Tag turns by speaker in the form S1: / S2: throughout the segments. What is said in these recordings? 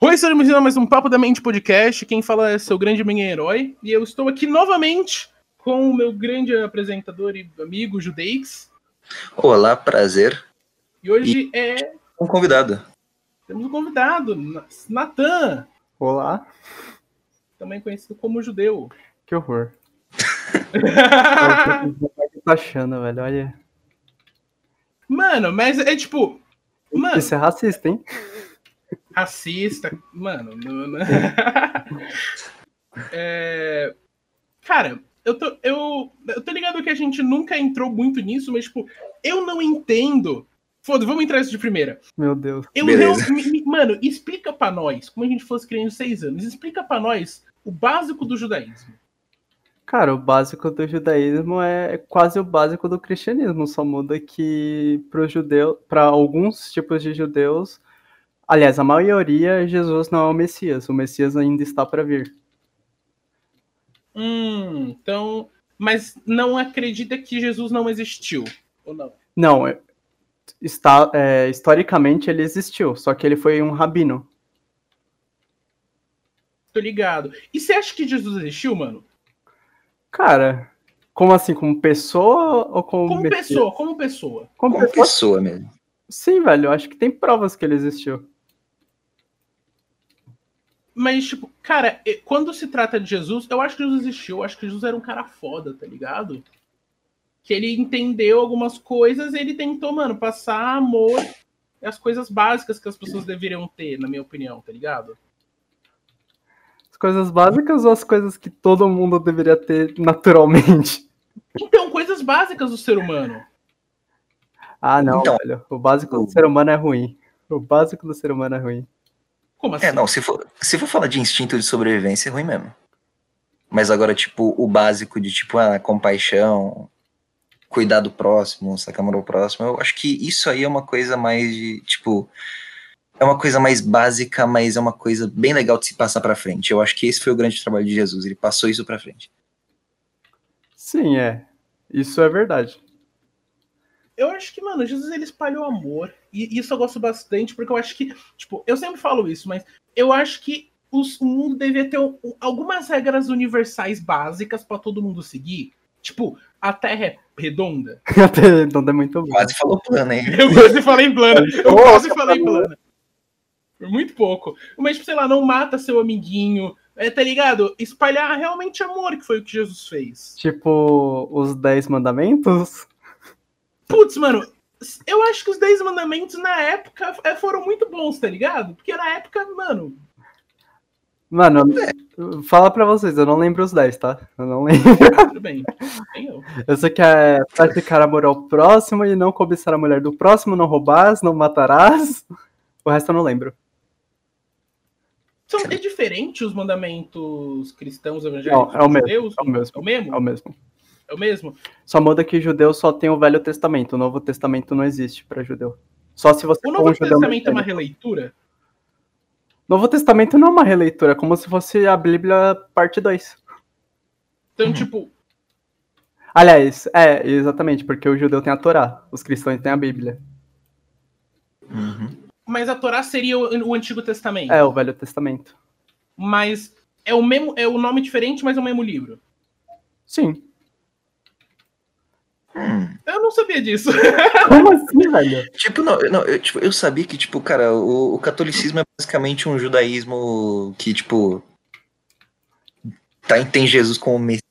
S1: Oi, sejam bem-vindos a mais um Papo da Mente Podcast. Quem fala é seu grande amigo e herói. E eu estou aqui novamente com o meu grande apresentador e amigo Judeix.
S2: Olá, prazer.
S1: E hoje é.
S2: Um convidado.
S1: Temos um convidado, Natan,
S3: Olá,
S1: também conhecido como Judeu.
S3: que horror. Olha o que o que tá achando, velho. Olha.
S1: Mano, mas é tipo. Mano,
S3: Isso é racista, hein?
S1: racista. Mano, não, não. É, Cara, eu tô, eu, eu tô ligado que a gente nunca entrou muito nisso, mas, tipo, eu não entendo. Foda, vamos entrar nisso de primeira.
S3: Meu Deus.
S1: Eu
S2: Beleza.
S1: não- me- me- mano, explica pra nós, como a gente fosse criança de seis anos, explica pra nós o básico do judaísmo.
S3: Cara, o básico do judaísmo é quase o básico do cristianismo, só muda que pro judeu, para alguns tipos de judeus, aliás, a maioria, Jesus não é o Messias. O Messias ainda está para vir.
S1: Hum, então. Mas não acredita que Jesus não existiu, ou não?
S3: Não, é- está é, historicamente ele existiu, só que ele foi um rabino.
S1: Tô ligado. E você acha que Jesus existiu, mano?
S3: Cara, como assim, como pessoa ou como
S1: Como
S3: Messias?
S1: pessoa, como pessoa.
S3: Como
S2: Uma
S3: pessoa?
S2: pessoa mesmo.
S3: Sim, velho, eu acho que tem provas que ele existiu.
S1: Mas, tipo, cara, e- quando se trata de Jesus, eu acho que Jesus existiu, eu acho que Jesus era um cara foda, tá ligado? Que ele entendeu algumas coisas e ele tentou, mano, passar amor e as coisas básicas que as pessoas deveriam ter, na minha opinião, tá ligado?
S3: As coisas básicas ou as coisas que todo mundo deveria ter naturalmente?
S1: Então, coisas básicas do ser humano.
S3: Ah, não,
S2: Então-
S3: velho. O básico do ser humano é ruim. O básico do ser humano é ruim.
S1: Como assim?
S2: É, não, se for, se for falar de instinto de sobrevivência, é ruim mesmo. Mas agora, tipo, o básico de, tipo, a compaixão, cuidar do próximo, sacar amor ao próximo, eu acho que isso aí é uma coisa mais de, tipo, é uma coisa mais básica, mas é uma coisa bem legal de se passar pra frente. Eu acho que esse foi o grande trabalho de Jesus, ele passou isso pra frente.
S3: Sim, é. Isso é verdade.
S1: Eu acho que, mano, Jesus ele espalhou amor. E isso eu gosto bastante, porque eu acho que, tipo, eu sempre falo isso, mas eu acho que os- o mundo devia ter um- algumas regras universais básicas pra todo mundo seguir. Tipo, a Terra é redonda.
S3: Até então é muito bom.
S2: Quase falou plano, hein?
S1: Eu quase falei plana. Eu quase falei plana. Por muito pouco. Mas, tipo, sei lá, não mata seu amiguinho. É, tá ligado? Espalhar realmente amor, que foi o que Jesus fez.
S3: Tipo, os Dez Mandamentos?
S1: Putz, mano, eu acho que os 10 mandamentos na época é, foram muito bons, tá ligado? Porque na época, mano,
S3: Mano, fala pra vocês, eu não lembro os dez, tá? Eu não lembro.
S1: tudo bem. Nem eu.
S3: Eu sei que é praticar amor ao próximo e não cobiçar a mulher do próximo, não roubás, não matarás. O resto eu não lembro.
S1: São, é diferente os mandamentos cristãos evangélicos
S3: Não, é o mesmo,
S1: judeus?
S3: é o mesmo.
S1: É o mesmo?
S3: É o mesmo.
S1: É o mesmo?
S3: Só muda que judeu só tem o Velho Testamento, o Novo Testamento não existe pra judeu. Só se você
S1: O
S3: for
S1: Novo
S3: um judeu
S1: Testamento é uma
S3: messiânico.
S1: releitura?
S3: Novo Testamento não é uma releitura, é como se fosse a Bíblia parte 2.
S1: Então,
S2: Uhum.
S1: tipo,
S3: Aliás, é, exatamente, porque o judeu tem a Torá, os cristãos têm a Bíblia.
S2: Uhum.
S1: mas a Torá seria o, o Antigo Testamento.
S3: É, o Velho Testamento.
S1: Mas é o mesmo, é o nome diferente, mas é o mesmo livro.
S3: Sim.
S2: Hum.
S1: Eu não sabia disso.
S3: Como assim, velho?
S2: Tipo, não, não, eu, tipo, eu sabia que, tipo, cara, o, o catolicismo é basicamente um judaísmo que, tipo, tá, tem Jesus como Messias.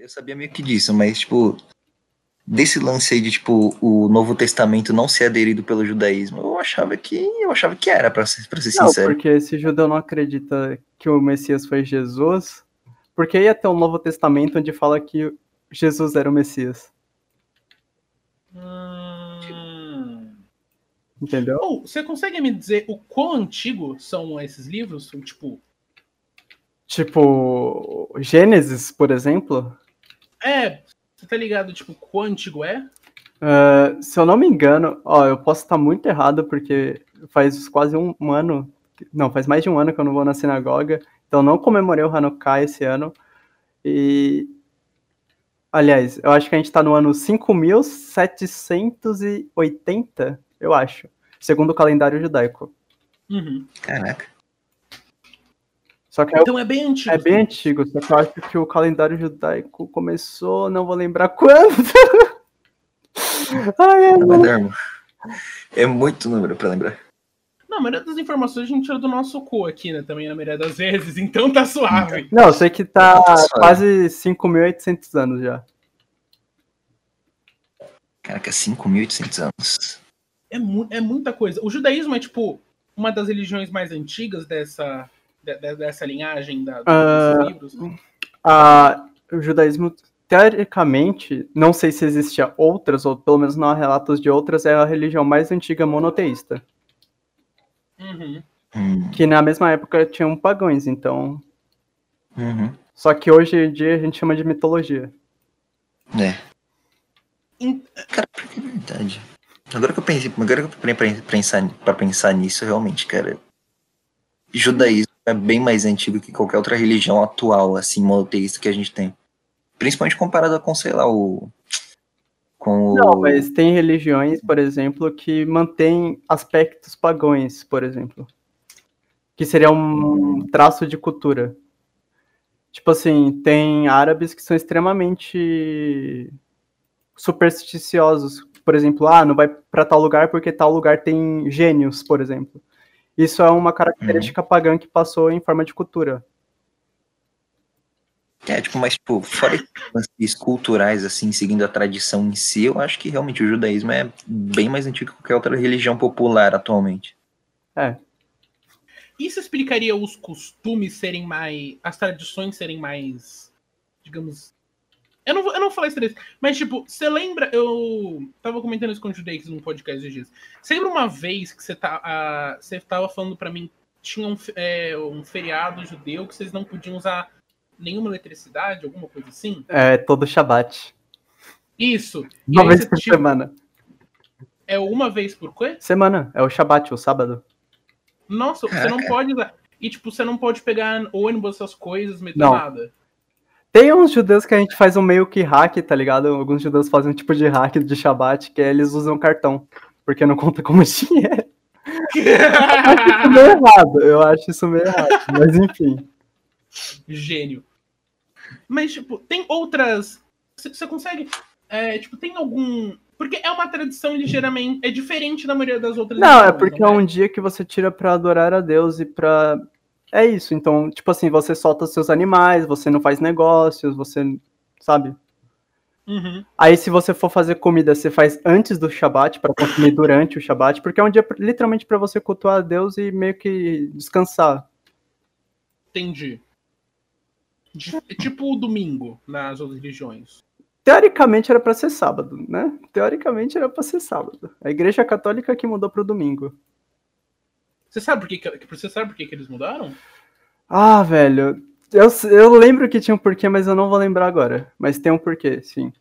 S2: Eu sabia meio que disso, mas, tipo, desse lance aí de, tipo, o Novo Testamento não ser aderido pelo judaísmo, eu achava que, eu achava que era, pra ser, pra ser
S3: Não,
S2: sincero.
S3: porque se judeu não acredita que o Messias foi Jesus, por que ia ter um Novo Testamento onde fala que Jesus era o Messias?
S1: Hum...
S3: Entendeu?
S1: Ou, você consegue me dizer o quão antigo são esses livros? São, Tipo,
S3: Tipo, Gênesis, por exemplo,
S1: é, você tá ligado, tipo, quão antigo é?
S3: Ah, se eu não me engano, ó, eu posso estar muito errado, porque faz quase um, um ano, não, faz mais de um ano que eu não vou na sinagoga, então eu não comemorei o Hanukkah esse ano. E. Aliás, eu acho que a gente tá no ano 5780, eu acho, segundo o calendário judaico.
S1: Uhum.
S2: Caraca.
S3: Só que é,
S1: Então é bem antigo.
S3: é bem antigo, só que eu acho que o calendário judaico começou, não vou lembrar quando. Ai, ai,
S2: Não é, Dermo? É muito número pra lembrar.
S1: Não, a maioria das informações a gente tira do nosso cu aqui, né? Também na maioria das vezes, então tá suave.
S3: Não, eu sei que tá
S2: Nossa.
S3: quase 5.800 anos já.
S2: Caraca, 5.800 anos.
S1: É, mu- é muita coisa. O judaísmo é, tipo, uma das religiões mais antigas dessa, de- de- dessa linhagem da,
S3: Ah.
S1: dos livros. né?
S3: Ah, o judaísmo, teoricamente, não sei se existia outras, ou pelo menos não há relatos de outras, é a religião mais antiga monoteísta.
S1: Uhum.
S2: Hum,
S3: Que na mesma época tinham pagões, então.
S2: uhum.
S3: Só que hoje em dia a gente chama de mitologia.
S2: É.
S1: Em-
S2: Cara, pior que é verdade. Agora que eu pensei, agora que eu parei pra pensar, pra pensar nisso, realmente, cara. Judaísmo é bem mais antigo que qualquer outra religião atual, assim, monoteísta que a gente tem. Principalmente comparado com, sei lá, o. Com o.
S3: Não, mas tem religiões, por exemplo, que mantêm aspectos pagões, por exemplo. Que seria um traço de cultura. Tipo assim, tem árabes que são extremamente supersticiosos. Por exemplo, ah, não vai pra tal lugar porque tal lugar tem gênios, por exemplo. Isso é uma característica pagã que passou em forma de cultura.
S2: É, tipo, mas, tipo, fora esses lances culturais, assim, seguindo a tradição em si, eu acho que realmente o judaísmo é bem mais antigo que qualquer outra religião popular atualmente.
S1: Isso explicaria os costumes serem mais. as tradições serem mais. digamos. Eu não vou, eu não vou falar isso deles, mas tipo, você lembra. Eu tava comentando isso com o Judeix num podcast esses dias. Você lembra uma vez que você, tá, ah, você tava falando pra mim tinha um, fe- é, um feriado judeu que vocês não podiam usar nenhuma eletricidade, alguma coisa assim?
S3: É, todo Shabat.
S1: Isso. E tipo
S3: Uma
S1: aí
S3: vez
S1: você
S3: por
S1: tinha-
S3: semana.
S1: É uma vez por quê?
S3: Semana, é o Shabat, o sábado.
S1: Nossa, você
S3: É.
S1: não pode usar. E tipo, você não pode pegar ônibus, essas coisas, metrô,
S3: Não.
S1: nada.
S3: Tem uns judeus que a gente faz um meio que hack, tá ligado? Alguns judeus fazem um tipo de hack de Shabat, que é eles usam cartão, porque não conta como dinheiro. Isso É meio errado, eu acho isso meio errado. Mas enfim,
S1: Gênio. Mas, tipo, tem outras. Você você consegue. é, tipo, tem algum. Porque é uma tradição ligeiramente. É diferente da maioria das outras. né?
S3: não, é
S1: religiões,
S3: porque é
S1: não
S3: um dia que você tira pra adorar a Deus e pra... É isso, então, tipo assim, você solta seus animais, você não faz negócios, você, sabe?
S1: Uhum.
S3: Aí, se você for fazer comida, você faz antes do Shabat, para consumir durante o Shabat, porque é um dia pra- literalmente para você cultuar a Deus e meio que descansar.
S1: Entendi. Di- é tipo o domingo nas outras religiões.
S3: Teoricamente era para ser sábado, né? Teoricamente era para ser sábado. A Igreja Católica que mudou pro domingo.
S1: Você sabe por que, que- você sabe por que, que eles mudaram?
S3: Ah, velho. Eu, s- eu lembro que tinha um porquê, mas eu não vou lembrar agora. Mas tem um porquê, sim.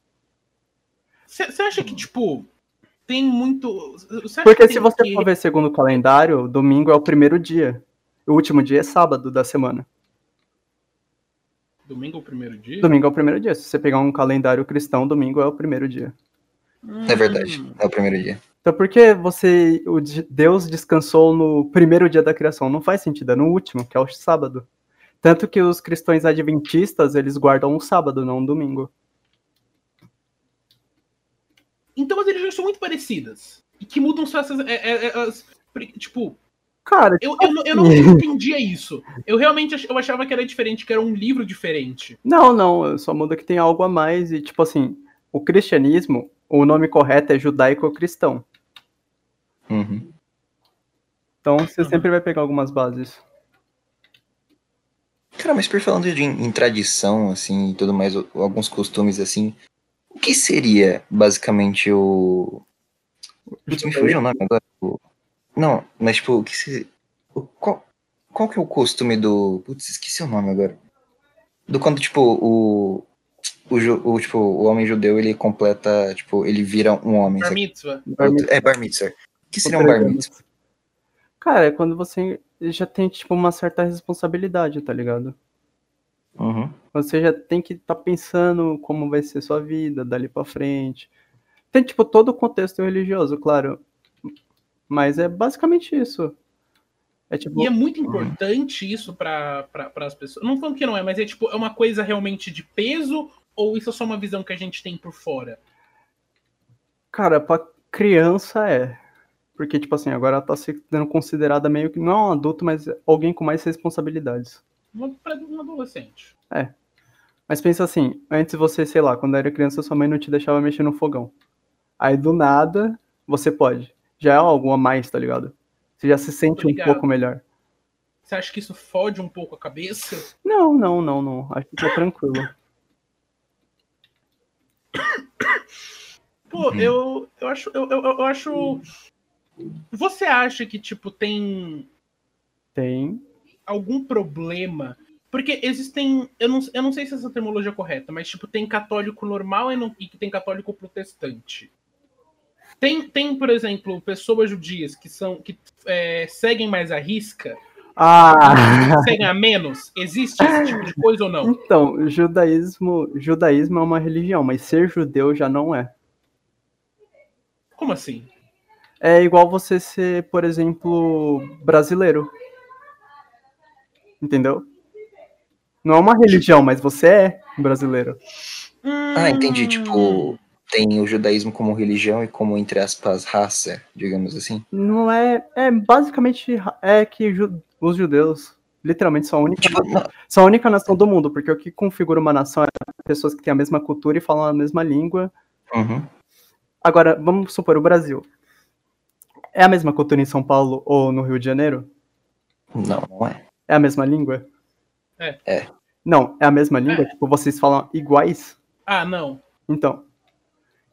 S1: Você você acha que, tipo, tem muito. você acha
S3: Porque
S1: que
S3: se
S1: tem
S3: você
S1: que-
S3: for ver segundo o calendário, domingo é o primeiro dia. O último dia é sábado da semana.
S1: Domingo é o primeiro dia?
S3: Domingo é o primeiro dia. Se você pegar um calendário cristão, domingo é o primeiro dia.
S1: Hum,
S2: É verdade, é o primeiro dia.
S3: Então por que você, o de- Deus descansou no primeiro dia da criação? Não faz sentido, é no último, que é o sábado. Tanto que os cristãos adventistas, eles guardam um sábado, não um domingo.
S1: Então as religiões são muito parecidas. E que mudam só essas. é- é- é- as- tipo,
S3: Cara,
S1: Eu, eu, não- eu não entendia isso. Eu realmente ach- eu achava que era diferente, que era um livro diferente.
S3: não, não, só muda que tem algo a mais e tipo assim, o cristianismo, o nome correto é judaico-cristão.
S2: Uhum.
S3: Então você
S1: Uhum.
S3: sempre vai pegar algumas bases.
S2: Cara, mas por falando de, em tradição, assim, e tudo mais, o- alguns costumes, assim, o que seria, basicamente, o... Putz, me fugiu o nome agora. o- Não, mas, tipo, o que se... o- Qual... qual que é o costume do... Putz, esqueci o nome agora. Do quando, tipo, o... O, ju- o, tipo, o homem judeu, ele completa, tipo, ele vira um homem.
S1: Bar
S2: sabe?
S1: mitzvah.
S3: Bar
S2: É, bar mitzvah. O que seria um
S3: Três
S2: bar
S3: anos.
S2: mitzvah?
S3: Cara, é quando você já tem tipo uma certa responsabilidade, tá ligado?
S2: Uhum.
S3: Você já tem que estar pensando como vai ser sua vida dali pra frente. Tem, tipo, todo o contexto religioso, claro. Mas é basicamente isso. É tipo.
S1: E é muito importante isso para pra, as pessoas. Não falando que não é, mas é tipo, é uma coisa realmente de peso ou isso é só uma visão que a gente tem por fora?
S3: Cara, pra criança é. Porque, tipo assim, agora ela tá se dando considerada meio que não um adulto, mas alguém com mais responsabilidades.
S1: Uma- Pra um adolescente.
S3: Mas pensa assim, antes você, sei lá, quando era criança, sua mãe não te deixava mexer no fogão. Aí do nada, você pode. Já é algo a mais, tá ligado? Você já se sente
S1: Tô
S3: um
S1: ligado.
S3: pouco melhor.
S1: Você acha que isso fode um pouco a cabeça?
S3: Não, não, não, não. Acho que tá tranquilo.
S1: Pô,
S2: Uhum.
S1: eu, eu acho. Eu, eu, eu acho. Você acha que, tipo, tem
S3: Tem.
S1: algum problema? Porque existem. Eu não, eu não sei se essa terminologia é correta, mas, tipo, tem católico normal e, não, e que tem católico protestante. Tem, tem, por exemplo, pessoas judias que são. que é, seguem mais a risca,
S3: Ah!
S1: seguem a menos. Existe esse tipo de coisa ou não?
S3: Então, judaísmo, judaísmo é uma religião, mas ser judeu já não é.
S1: Como assim?
S3: É igual você ser, por exemplo, brasileiro. Entendeu? Não é uma religião, mas você é brasileiro.
S2: Ah, entendi.
S1: Hum.
S2: Tipo, tem o judaísmo como religião e como, entre aspas, raça, digamos assim.
S3: Não é, é basicamente ra- é que ju- os judeus literalmente são a única
S2: Tipo, não,
S3: são a única nação do mundo, porque o que configura uma nação é pessoas que têm a mesma cultura e falam a mesma língua
S2: uhum.
S3: Agora, vamos supor o Brasil. É a mesma cultura em São Paulo ou no Rio de Janeiro?
S2: não, não é.
S3: É a mesma língua?
S1: É.
S2: É.
S3: Não, é a mesma língua? Tipo, vocês falam iguais?
S1: Ah, não.
S3: Então.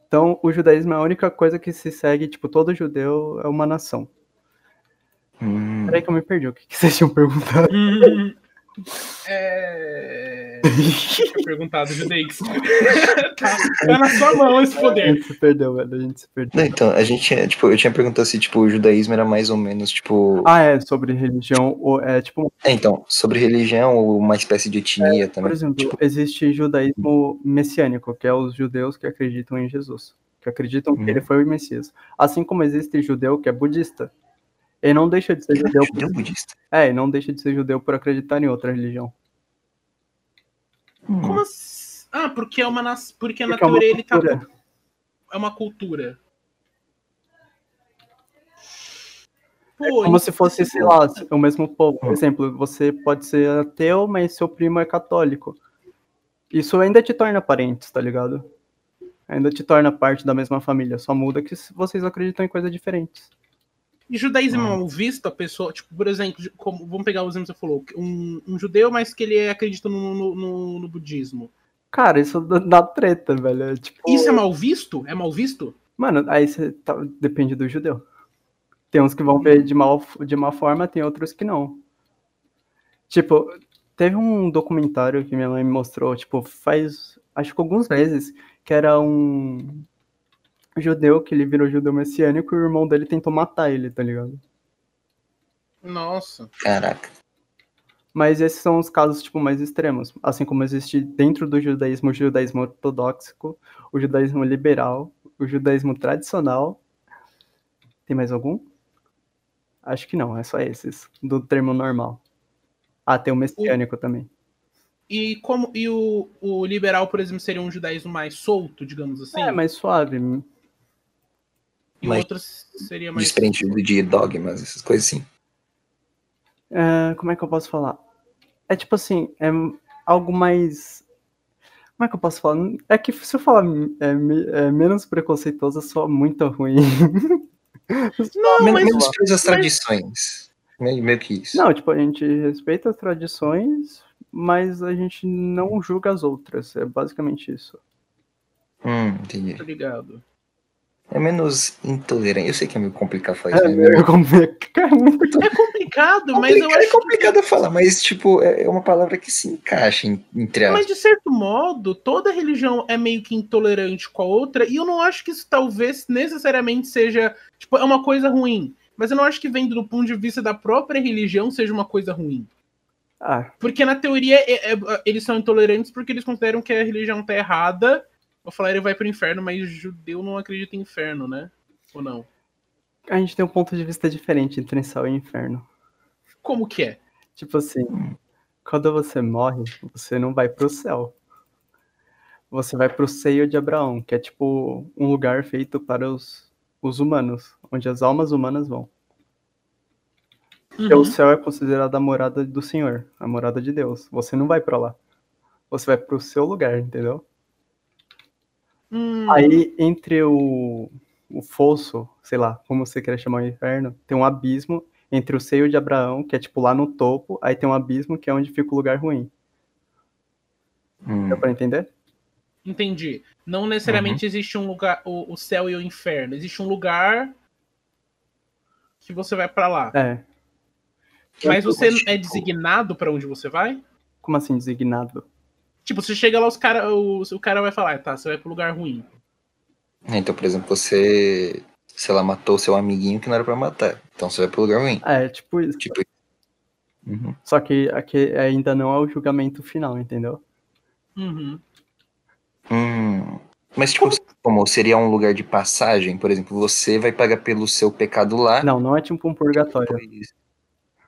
S3: Então, o judaísmo é a única coisa que se segue, tipo, todo judeu é uma nação.
S2: Hum,
S3: Peraí que eu me perdi, o que, que vocês tinham perguntado?
S1: Hum. É. tinha perguntado, Judeix. tá, tá na sua mão esse
S3: a
S1: poder.
S3: gente se perdeu, velho, a gente se perdeu.
S2: Não, então, a gente, tinha, tipo, eu tinha perguntado se, tipo, o judaísmo era mais ou menos, tipo...
S3: Ah, é, sobre religião, ou, é, tipo,
S2: É, então, sobre religião ou uma espécie de etnia
S3: por
S2: também.
S3: exemplo,
S2: Tipo, Uhum.
S3: existe judaísmo messiânico, que é os judeus que acreditam em Jesus, que acreditam
S2: Hum.
S3: que ele foi o Messias. Assim como existe judeu que é budista. Ele não deixa de ser judeu.
S2: judeu budista.
S3: É, ele não deixa de ser judeu por acreditar em outra religião.
S2: Hum.
S1: Como assim? Ah, porque é uma nas... porque, na
S3: Porque é uma
S1: teoria ele tá.
S3: cultura.
S1: É uma cultura. Pô,
S3: É Como se fosse, sei lá, o mesmo povo.
S2: Uhum.
S3: Por exemplo, você pode ser ateu, mas seu primo é católico. Isso ainda te torna parentes, tá ligado? Ainda te torna parte da mesma família. Só muda que vocês acreditam em coisas diferentes.
S1: E judaísmo
S3: Hum.
S1: é mal visto a pessoa, tipo, por exemplo, ju- como, vamos pegar o exemplo que você falou, um, um judeu, mas que ele é- acredita no, no, no- no budismo.
S3: Cara, isso dá- dá treta, velho. É tipo,
S1: Isso é mal visto? É mal visto?
S3: Mano, aí você tá- depende do judeu. Tem uns que vão ver de, mal, de má forma, tem outros que não. Tipo, teve um documentário que minha mãe me mostrou, tipo, faz acho que alguns meses, que era um judeu que ele virou judeu messiânico e o irmão dele tentou matar ele, tá ligado?
S1: Nossa.
S2: Caraca.
S3: Mas esses são os casos, tipo, mais extremos. Assim como existe dentro do judaísmo o judaísmo ortodoxo, o judaísmo liberal, o judaísmo tradicional. Tem mais algum? Acho que não, é só esses. Do termo normal. Ah, tem o messiânico também.
S1: E como e o, o liberal, por exemplo, seria um judaísmo mais solto, digamos assim?
S3: É, mais suave.
S1: e o
S2: mas-
S1: outro seria mais
S2: Desprendido de dogmas, essas coisas assim.
S3: Ah, como é que eu posso falar? É tipo assim, é algo mais. Como é que eu posso falar? É que se eu falar é, me- é menos preconceituoso, só muito ruim.
S1: Não,
S2: Men-
S1: mas-
S2: menos preso às tradições. Meio, meio que isso.
S3: Não, tipo, a gente respeita as tradições, mas a gente não julga as outras. É basicamente isso.
S2: Hum, entendi.
S1: Tá ligado?
S2: É menos intolerante. Eu sei que é meio complicado falar isso.
S3: É,
S2: né?
S3: meu, como é que-
S1: É complicado, mas eu
S2: Complica- É
S1: acho.
S2: complicado eu falar, mas, tipo, é é uma palavra que se encaixa em- entre
S1: Mas
S2: as.
S1: de certo modo, toda religião é meio que intolerante com a outra, e eu não acho que isso talvez necessariamente seja, tipo, é uma coisa ruim. Mas eu não acho que vendo do ponto de vista da própria religião seja uma coisa ruim.
S3: Ah,
S1: Porque na teoria é- é- eles são intolerantes porque eles consideram que a religião tá errada. Vou falar ele vai pro inferno, mas judeu não acredita em inferno, né? Ou não?
S3: a gente tem um ponto de vista diferente entre céu e inferno.
S1: Como que é?
S3: Tipo assim, quando você morre, você não vai pro céu. Você vai pro seio de Abraão, que é tipo um lugar feito para os, os humanos, onde as almas humanas vão. Porque o
S1: Uhum.
S3: céu é considerado a morada do Senhor, a morada de Deus. Você não vai pra lá. Você vai pro seu lugar, entendeu?
S1: Hum,
S3: Aí, entre o, o fosso, sei lá, como você quer chamar o inferno, tem um abismo entre o seio de Abraão, que é tipo lá no topo, aí tem um abismo que é onde fica o lugar ruim.
S2: Hum,
S3: Deu pra entender?
S1: Entendi. Não necessariamente existe um lugar, o, o céu e o inferno. Existe um lugar que você vai pra lá.
S3: É.
S1: Mas
S2: Eu- eu
S1: você
S2: acho
S1: é
S2: que-
S1: designado pra onde você vai?
S3: Como assim, designado?
S1: Tipo, você chega lá, os cara, o, o cara vai falar, tá, você vai pro lugar ruim.
S2: Então, por exemplo, você, sei lá, matou seu amiguinho que não era pra matar. Então você vai pro lugar ruim.
S3: É, tipo isso.
S2: Tipo. Uhum.
S3: Só que aqui ainda não é o julgamento final, entendeu?
S1: Uhum.
S2: Hum. Mas, tipo, como seria um lugar de passagem, por exemplo, você vai pagar pelo seu pecado lá.
S3: Não, não é tipo um purgatório.
S2: depois-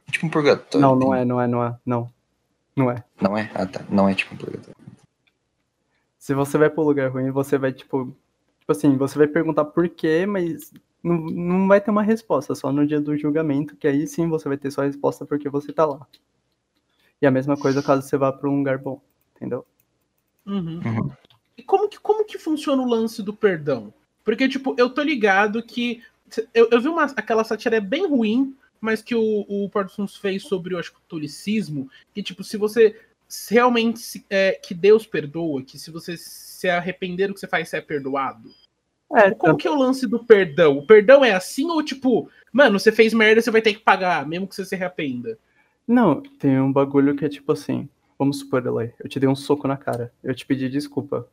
S2: Tipo um purgatório.
S3: Não, não
S2: entendi.
S3: é, não é, não é, não. Não é.
S2: Não é? Ah, tá. Não é tipo um purgatório.
S3: Se você vai pro lugar ruim, você vai, tipo. Tipo assim, você vai perguntar por quê, mas não, não vai ter uma resposta, só no dia do julgamento, que aí sim você vai ter sua resposta porque você tá lá. E a mesma coisa caso você vá pra um lugar bom, entendeu?
S1: Uhum.
S2: Uhum.
S1: E como que, como que funciona o lance do perdão? Porque, tipo, eu tô ligado que. Eu, eu vi uma, aquela sátira é bem ruim, mas que o, o Parsons fez sobre, eu acho que o tolicismo, que, tipo, se você se realmente. se- é, que Deus perdoa, que se você se arrepender do que você faz, você é perdoado.
S3: É,
S1: Como que é o lance do perdão? O perdão é assim ou, tipo, mano, você fez merda, você vai ter que pagar, mesmo que você se arrependa?
S3: Não, tem um bagulho que é tipo assim. Vamos supor, Eloy, eu te dei um soco na cara. Eu te pedi desculpa.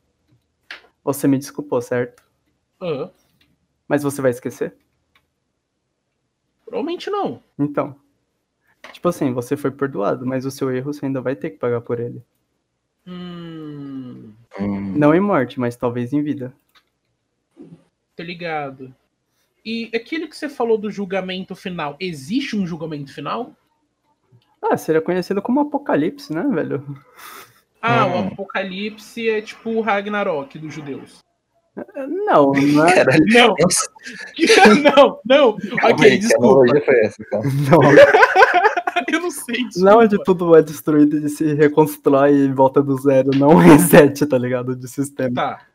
S3: Você me desculpou, certo?
S1: Ah,
S3: Mas você vai esquecer?
S1: provavelmente não.
S3: Então. Tipo assim, você foi perdoado, mas o seu erro você ainda vai ter que pagar por ele.
S1: Hum.
S2: Hum.
S3: Não em morte, mas talvez em vida.
S1: Tô tá ligado. E aquilo que você falou do julgamento final, existe um julgamento final?
S3: Ah, seria conhecido como Apocalipse, né, velho?
S1: Ah,
S2: Hum.
S1: o Apocalipse é tipo o Ragnarok dos judeus.
S3: Não, não é.
S2: Caralho.
S1: Não,
S2: Nossa,
S1: não, não.
S2: calma
S1: Ok,
S2: aí, que
S1: desculpa.
S2: analogia foi essa, calma.
S3: Não,
S1: Eu não sei disso.
S3: não é de tudo é destruído e se reconstrói e volta do zero, não reset, tá ligado? De sistema.
S1: Tá.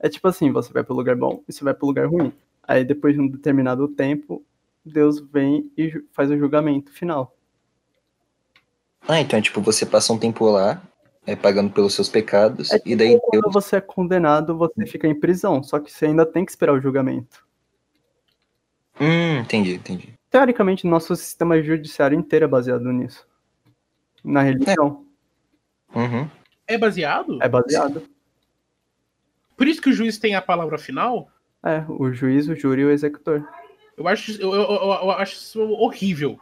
S3: É tipo assim, você vai pro lugar bom e você vai pro lugar ruim. Aí depois de um determinado tempo, Deus vem e ju- faz o julgamento final.
S2: Ah, então, tipo, você passa um tempo lá, é pagando pelos seus pecados,
S3: É
S2: e
S1: tipo,
S2: daí
S3: Quando
S2: Deus.
S3: você é condenado, você fica em prisão, só que você ainda tem que esperar o julgamento.
S2: Hum, entendi, entendi.
S3: Teoricamente, nosso sistema judiciário inteiro é baseado nisso. Na religião.
S2: Uhum.
S1: É baseado?
S3: É baseado.
S1: Por isso que o juiz tem a palavra final?
S3: É, o juiz, o júri e o executor.
S1: Eu acho, eu, eu- eu- eu acho isso horrível.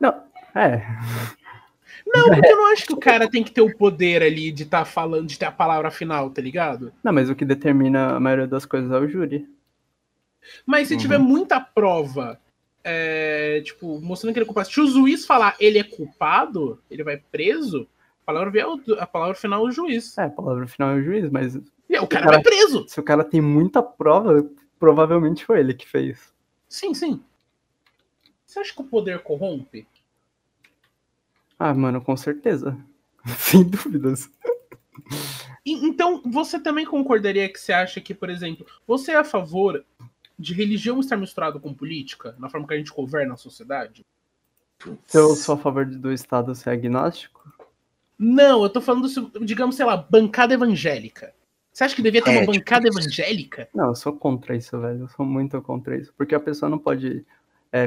S3: Não, é.
S1: Não, porque eu não acho que o cara tem que ter o poder ali de estar falando, de ter a palavra final, tá ligado?
S3: Não, mas o que determina a maioria das coisas é o júri.
S1: Mas se
S2: Uhum.
S1: tiver muita prova, é, tipo, mostrando que ele é culpado, se o juiz falar ele é culpado, ele vai preso, a palavra, vier o- a palavra final é o juiz.
S3: É, a palavra final é o juiz, mas
S1: E aí o cara
S3: Cara.
S1: vai preso.
S3: se o cara tem muita prova, provavelmente foi ele que fez.
S1: Sim, sim. Você acha que o poder corrompe?
S3: Ah, mano, com certeza. Sem dúvidas.
S1: E- então, você também concordaria que você acha que, por exemplo, você é a favor de religião estar misturado com política, na forma que a gente governa a sociedade?
S3: Se eu sou a favor de- do Estado ser agnóstico,
S1: Não, eu tô falando, se- digamos, sei lá, bancada evangélica. Você acha que devia ter
S2: É,
S1: uma
S2: tipo
S1: bancada
S2: isso.
S1: evangélica?
S3: não, eu sou contra isso, velho. Eu sou muito contra isso. Porque a pessoa não pode é,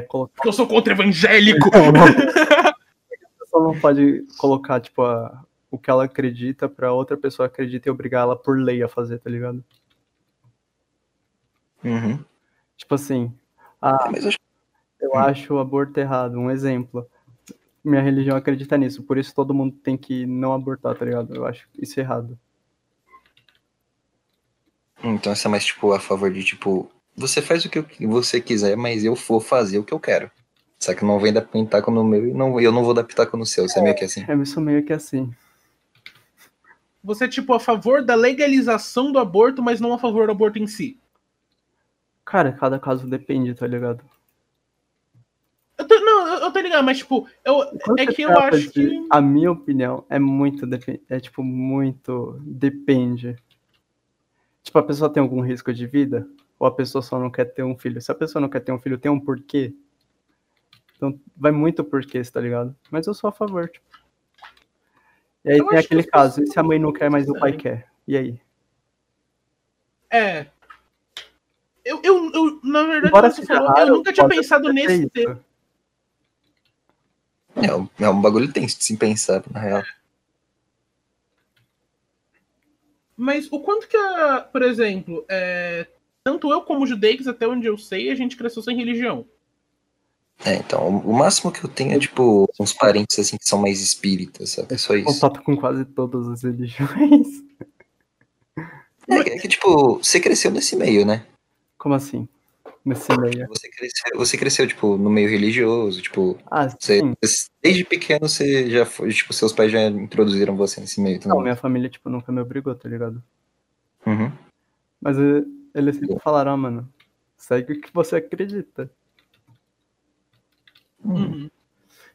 S3: colocar.
S1: Porque eu sou contra evangélico!
S3: A pessoa não pode colocar, tipo, a- o que ela acredita pra outra pessoa acredita e obrigar ela por lei a fazer, tá ligado?
S2: Uhum.
S3: Tipo assim,
S2: Ah, mas eu acho
S3: Eu
S2: Hum.
S3: acho o aborto errado, um exemplo. Minha religião acredita nisso, por isso todo mundo tem que não abortar, tá ligado? Eu acho isso errado.
S2: Hum, Então essa é mais, tipo, a favor de, tipo, você faz o que eu- que você quiser, mas eu vou fazer o que eu quero. Só que não vem dar pitaco no meu e não, eu não vou dar pitaco no seu. Você é meio que assim.
S3: É isso meio que assim.
S1: Você é, tipo, a favor da legalização do aborto, mas não a favor do aborto em si.
S3: Cara, cada caso depende, tá ligado?
S1: Eu tô- não, eu, eu tô ligado, mas, tipo, eu,
S3: Quando
S1: é
S3: você
S1: que eu
S3: trata
S1: acho
S3: de-
S1: que.
S3: A minha opinião é muito depende. É tipo, muito depende. Tipo, a pessoa tem algum risco de vida? Ou a pessoa só não quer ter um filho? Se a pessoa não quer ter um filho, tem um porquê? Então, vai muito porquê, tá ligado? Mas eu sou a favor, tipo. E aí
S1: Eu
S3: tem
S1: acho que
S3: aquele
S1: as
S3: caso, e
S1: pessoas
S3: se a mãe não quer, mas o pai
S1: sabem.
S3: quer? E aí?
S1: É. Eu, eu, eu na verdade,
S3: Embora
S1: quando você
S3: seja
S1: falou,
S3: raro,
S1: eu nunca tinha
S3: pode
S1: pensado
S3: acontecer
S1: nesse.
S3: isso.
S2: É, um- é um bagulho tenso de se pensar, na real.
S1: Mas o quanto que a, por exemplo, é, tanto eu como judeicos, até onde eu sei, a gente cresceu sem religião.
S2: É, então, o o máximo que eu tenho é, tipo, uns parentes assim que são mais espíritas, sabe? É só isso.
S3: Contato com quase todas as religiões.
S2: É, que- é que, tipo, você cresceu nesse meio, né?
S3: Como assim? Nesse meio.
S2: Você cresceu, você cresceu tipo, no meio religioso, tipo,
S3: Ah,
S2: você,
S3: sim.
S2: desde pequeno você já foi, tipo, seus pais já introduziram você nesse meio
S3: Não,
S2: também.
S3: minha família, tipo, nunca me obrigou, tá ligado?
S2: Uhum.
S3: Mas eh, eles sempre falaram, ah, mano, segue o que você acredita. Hum.
S2: Uhum.
S1: Uhum.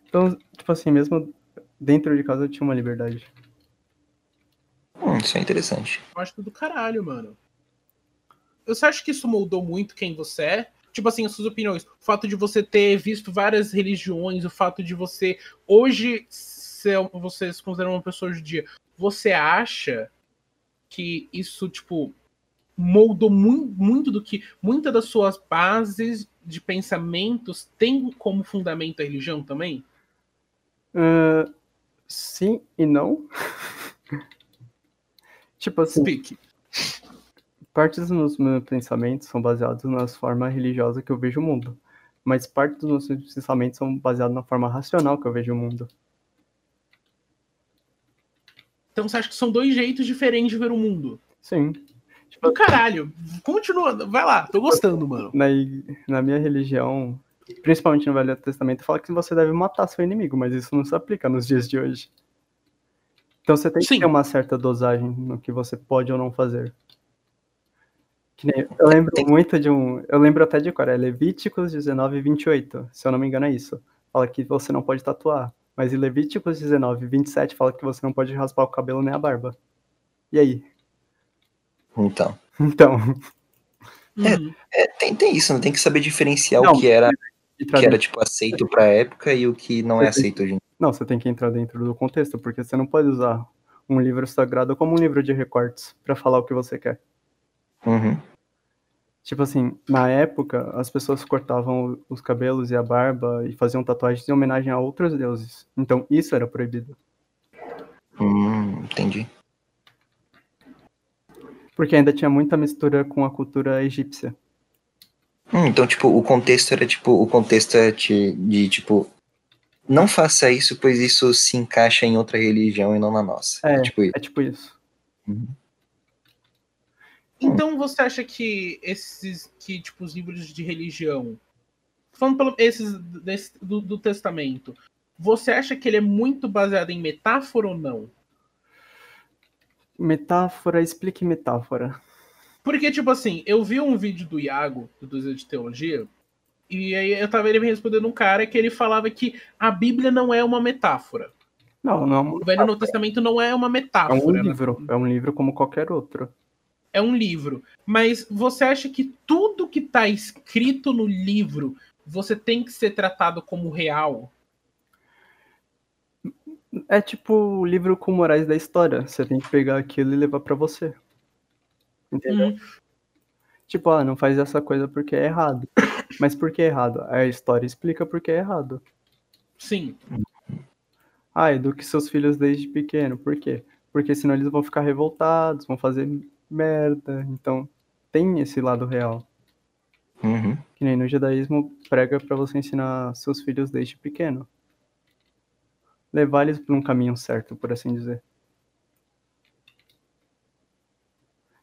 S3: Então, tipo assim, mesmo dentro de casa eu tinha uma liberdade.
S2: Hum, isso é interessante.
S1: Eu acho do caralho, mano. Você acha que isso moldou muito quem você é? Tipo assim, as suas opiniões. O fato de você ter visto várias religiões, o fato de você hoje ser, um, você se considerar uma pessoa judia. Você acha que isso, tipo, moldou muito, muito do que. Muitas das suas bases de pensamentos tem como fundamento a religião também?
S3: Ah, sim e não. tipo assim,
S1: Speak.
S3: partes dos meus- meus pensamentos são baseados na forma religiosa que eu vejo o mundo. Mas parte dos meus pensamentos são baseados na forma racional que eu vejo o mundo.
S1: Então você acha que são dois jeitos diferentes de ver o mundo?
S3: Sim.
S1: Do caralho. Continua, vai lá, tô gostando, mano.
S3: na, ig- na minha religião, principalmente no Velho Testamento, fala que você deve matar seu inimigo, mas isso não se aplica nos dias de hoje. Então você tem
S1: Sim.
S3: que ter uma certa dosagem no que você pode ou não fazer. Que nem- eu lembro muito de um. Eu lembro até de qual é Levíticos 19, 28. Se eu não me engano, é isso. Fala que você não pode tatuar. Mas em Levíticos 19, 27 fala que você não pode raspar o cabelo nem a barba. E aí?
S2: Então,
S3: Então.
S2: É,
S1: Uhum.
S2: é, tem, tem isso, não tem que saber diferenciar o
S3: Não,
S2: que era,
S3: e
S2: que era tipo aceito pra época e o que não é
S3: Perfeito.
S2: aceito hoje em dia.
S3: Não, você tem que entrar dentro do contexto, porque você não pode usar um livro sagrado como um livro de recortes pra falar o que você quer.
S2: Uhum.
S3: Tipo assim, na época, as pessoas cortavam os cabelos e a barba e faziam tatuagens em homenagem a outros deuses. Então, isso era proibido.
S2: Hum, entendi.
S3: Porque ainda tinha muita mistura com a cultura egípcia.
S2: Hum, então, tipo, o contexto era tipo, o contexto é de, de tipo, não faça isso, pois isso se encaixa em outra religião e não na nossa.
S3: É.
S2: tipo isso.
S3: É tipo isso.
S1: Então você acha que esses que tipo os livros de religião, falando pelo esses desse- do, do Testamento, você acha que ele é muito baseado em metáfora ou não?
S3: Metáfora, explique metáfora.
S1: Porque tipo assim, eu vi um vídeo do Iago do Dúzia de Teologia e aí eu tava ele me respondendo um cara que ele falava que a Bíblia não é uma metáfora.
S3: Não, é não
S1: O Velho Novo Testamento não é uma
S3: é um
S1: metáfora. né?
S3: livro. É um livro como qualquer outro.
S1: é um livro. Mas você acha que tudo que está escrito no livro você tem que ser tratado como real?
S3: É tipo o livro com morais da história. Você tem que pegar aquilo e levar pra você. Entendeu?
S1: Hum,
S3: Tipo, ah, não faz essa coisa porque é errado. Mas por que é errado? A história explica por que é errado.
S1: sim.
S3: Ah, eduque seus filhos desde pequeno. Por quê? Porque senão eles vão ficar revoltados, vão fazer merda. Então, tem esse lado real.
S2: Uhum.
S3: Que nem no judaísmo prega pra você ensinar seus filhos desde pequeno. Levar eles por um caminho certo, por assim dizer.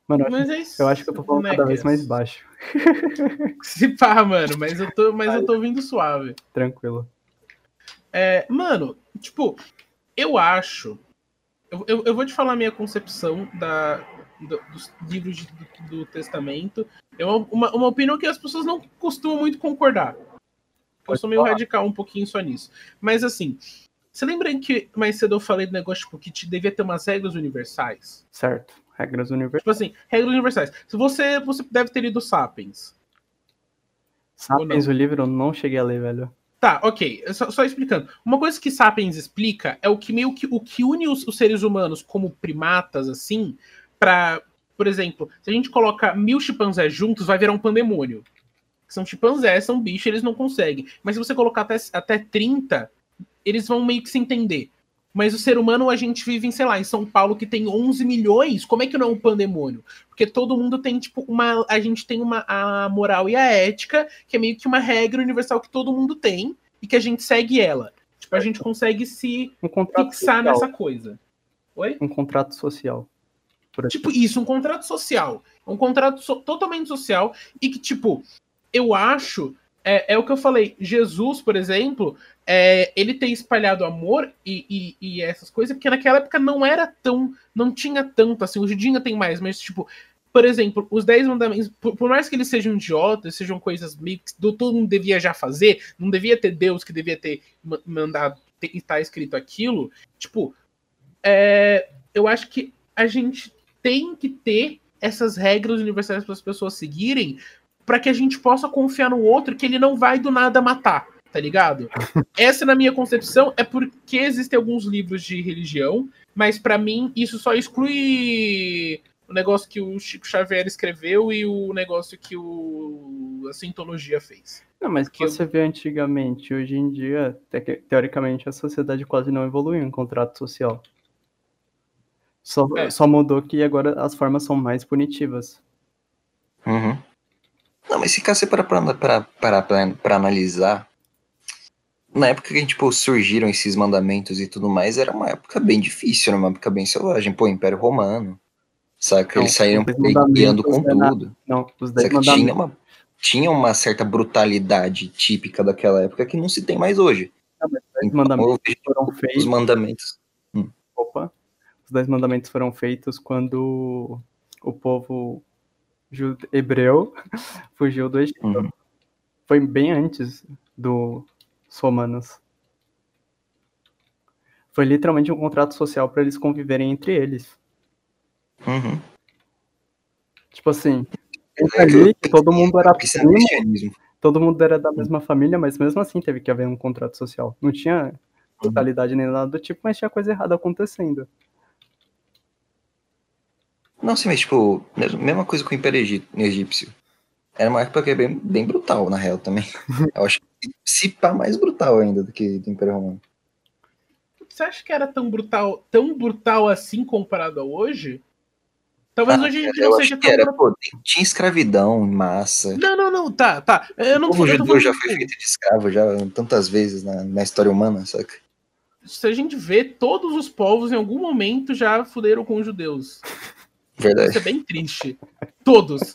S3: Mano, eu,
S1: Mas é isso.
S3: eu acho que eu tô falando
S1: né,
S3: cada vez
S1: Cass?
S3: mais baixo.
S1: Se pá, mano, mas eu tô, mas eu tô ouvindo suave.
S3: Tranquilo.
S1: É, mano, tipo, eu acho. Eu, eu, eu vou te falar a minha concepção da, do- dos livros de- do, do Testamento. É uma, uma, uma opinião que as pessoas não costumam muito concordar. Eu
S3: Pode
S1: sou meio
S3: falar.
S1: radical um pouquinho só nisso. Mas assim, você lembra que mais cedo eu falei do negócio tipo, que te devia ter umas regras universais?
S3: Certo. Regras universais.
S1: Tipo assim, regras universais. Se você, você deve ter lido Sapiens.
S3: Sapiens, o livro, eu não cheguei a ler, velho.
S1: Tá, ok. Só, só explicando. Uma coisa que Sapiens explica é o que meio que o que une os, os seres humanos como primatas, assim, pra. Por exemplo, se a gente coloca mil chimpanzés juntos, vai virar um pandemônio. São chimpanzés, são bichos, eles não conseguem. Mas se você colocar até, até 30, eles vão meio que se entender. Mas o ser humano, a gente vive em, sei lá, em São Paulo, que tem 11 milhões, como é que não é um pandemônio? Porque todo mundo tem, tipo, uma. A gente tem uma a moral e a ética, que é meio que uma regra universal que todo mundo tem e que a gente segue ela. Tipo, a gente consegue se
S3: Um contrato
S1: fixar
S3: social.
S1: nessa coisa. Oi?
S3: Um contrato social. Por aqui.
S1: Tipo, isso, um contrato social. Um contrato so- totalmente social e que, tipo, eu acho. É, é o que eu falei. Jesus, por exemplo, é, ele tem espalhado amor e, e- e essas coisas, porque naquela época não era tão. Não tinha tanto, assim. Hoje em dia tem mais, mas, tipo. Por exemplo, os 10 mandamentos, por, por mais que eles sejam idiotas, sejam coisas meio que do- todo mundo devia já fazer, não devia ter Deus que devia ter ma- mandado ter- estar escrito aquilo. Tipo, é, eu acho que a gente tem que ter essas regras universais para as pessoas seguirem, para que a gente possa confiar no outro que ele não vai do nada matar, tá ligado? Essa, na minha concepção, é porque existem alguns livros de religião, mas para mim isso só exclui o negócio que o Chico Xavier escreveu e o negócio que o, a Scientologia fez.
S3: Não, mas que
S1: que eu-
S3: você vê antigamente, hoje em dia, te- teoricamente, a sociedade quase não evoluiu em contrato social. Só,
S1: É.
S3: só mudou que agora as formas são mais punitivas.
S2: Uhum. Não, mas se cá você parar pra, pra, pra, pra, pra analisar, na época que tipo, surgiram esses mandamentos e tudo mais, era uma época bem difícil, era uma época bem selvagem. Pô, Império Romano, saca?
S3: Não,
S2: Eles saíram
S3: esses mandamentos
S2: guiando com
S3: não é nada.
S2: tudo.
S3: Não, os 10
S2: Saca? Tinha
S3: mandamentos.
S2: uma, tinha uma certa brutalidade típica daquela época que não se tem mais hoje.
S3: Não, mas os 10
S2: Então,
S3: mandamentos
S2: eu vejo
S3: foram
S2: os
S3: feitos.
S2: mandamentos.
S3: Opa. Os 10 mandamentos foram feitos quando o povo ju- hebreu fugiu do Egito.
S2: Uhum.
S3: Foi bem antes do dos romanos. Foi literalmente um contrato social para eles conviverem entre eles.
S2: Uhum.
S3: Tipo assim,
S2: É,
S3: pensa ali que todo mundo era
S2: Porque isso é
S3: primo,
S2: cristianismo.
S3: todo mundo era da mesma família, mas mesmo assim teve que haver um contrato social. Não
S2: Uhum.
S3: tinha totalidade nem nada do tipo, mas tinha coisa errada acontecendo.
S2: Não, sim, mas tipo, mes- mesma coisa com o Império Egi- Egípcio. Era uma época que é bem, bem brutal, na real, também. Eu acho que se pá mais brutal ainda do que do Império Romano.
S1: Você acha que era tão brutal, tão brutal assim comparado a hoje? Talvez
S2: Ah,
S1: hoje a gente
S2: eu
S1: não
S2: acho
S1: É, seja
S2: que
S1: tão
S2: era,
S1: brutal.
S2: pô, tem- tinha escravidão em massa.
S1: Não, não, não, tá, tá. Eu não
S2: o povo
S1: eu tô
S2: judeu
S1: falando
S2: já
S1: que
S2: foi feito de escravo já tantas vezes na, na história humana, saca?
S1: Se a gente vê, todos os povos em algum momento já fuderam com os judeus. Isso
S2: Verdade.
S1: é bem triste. Todos.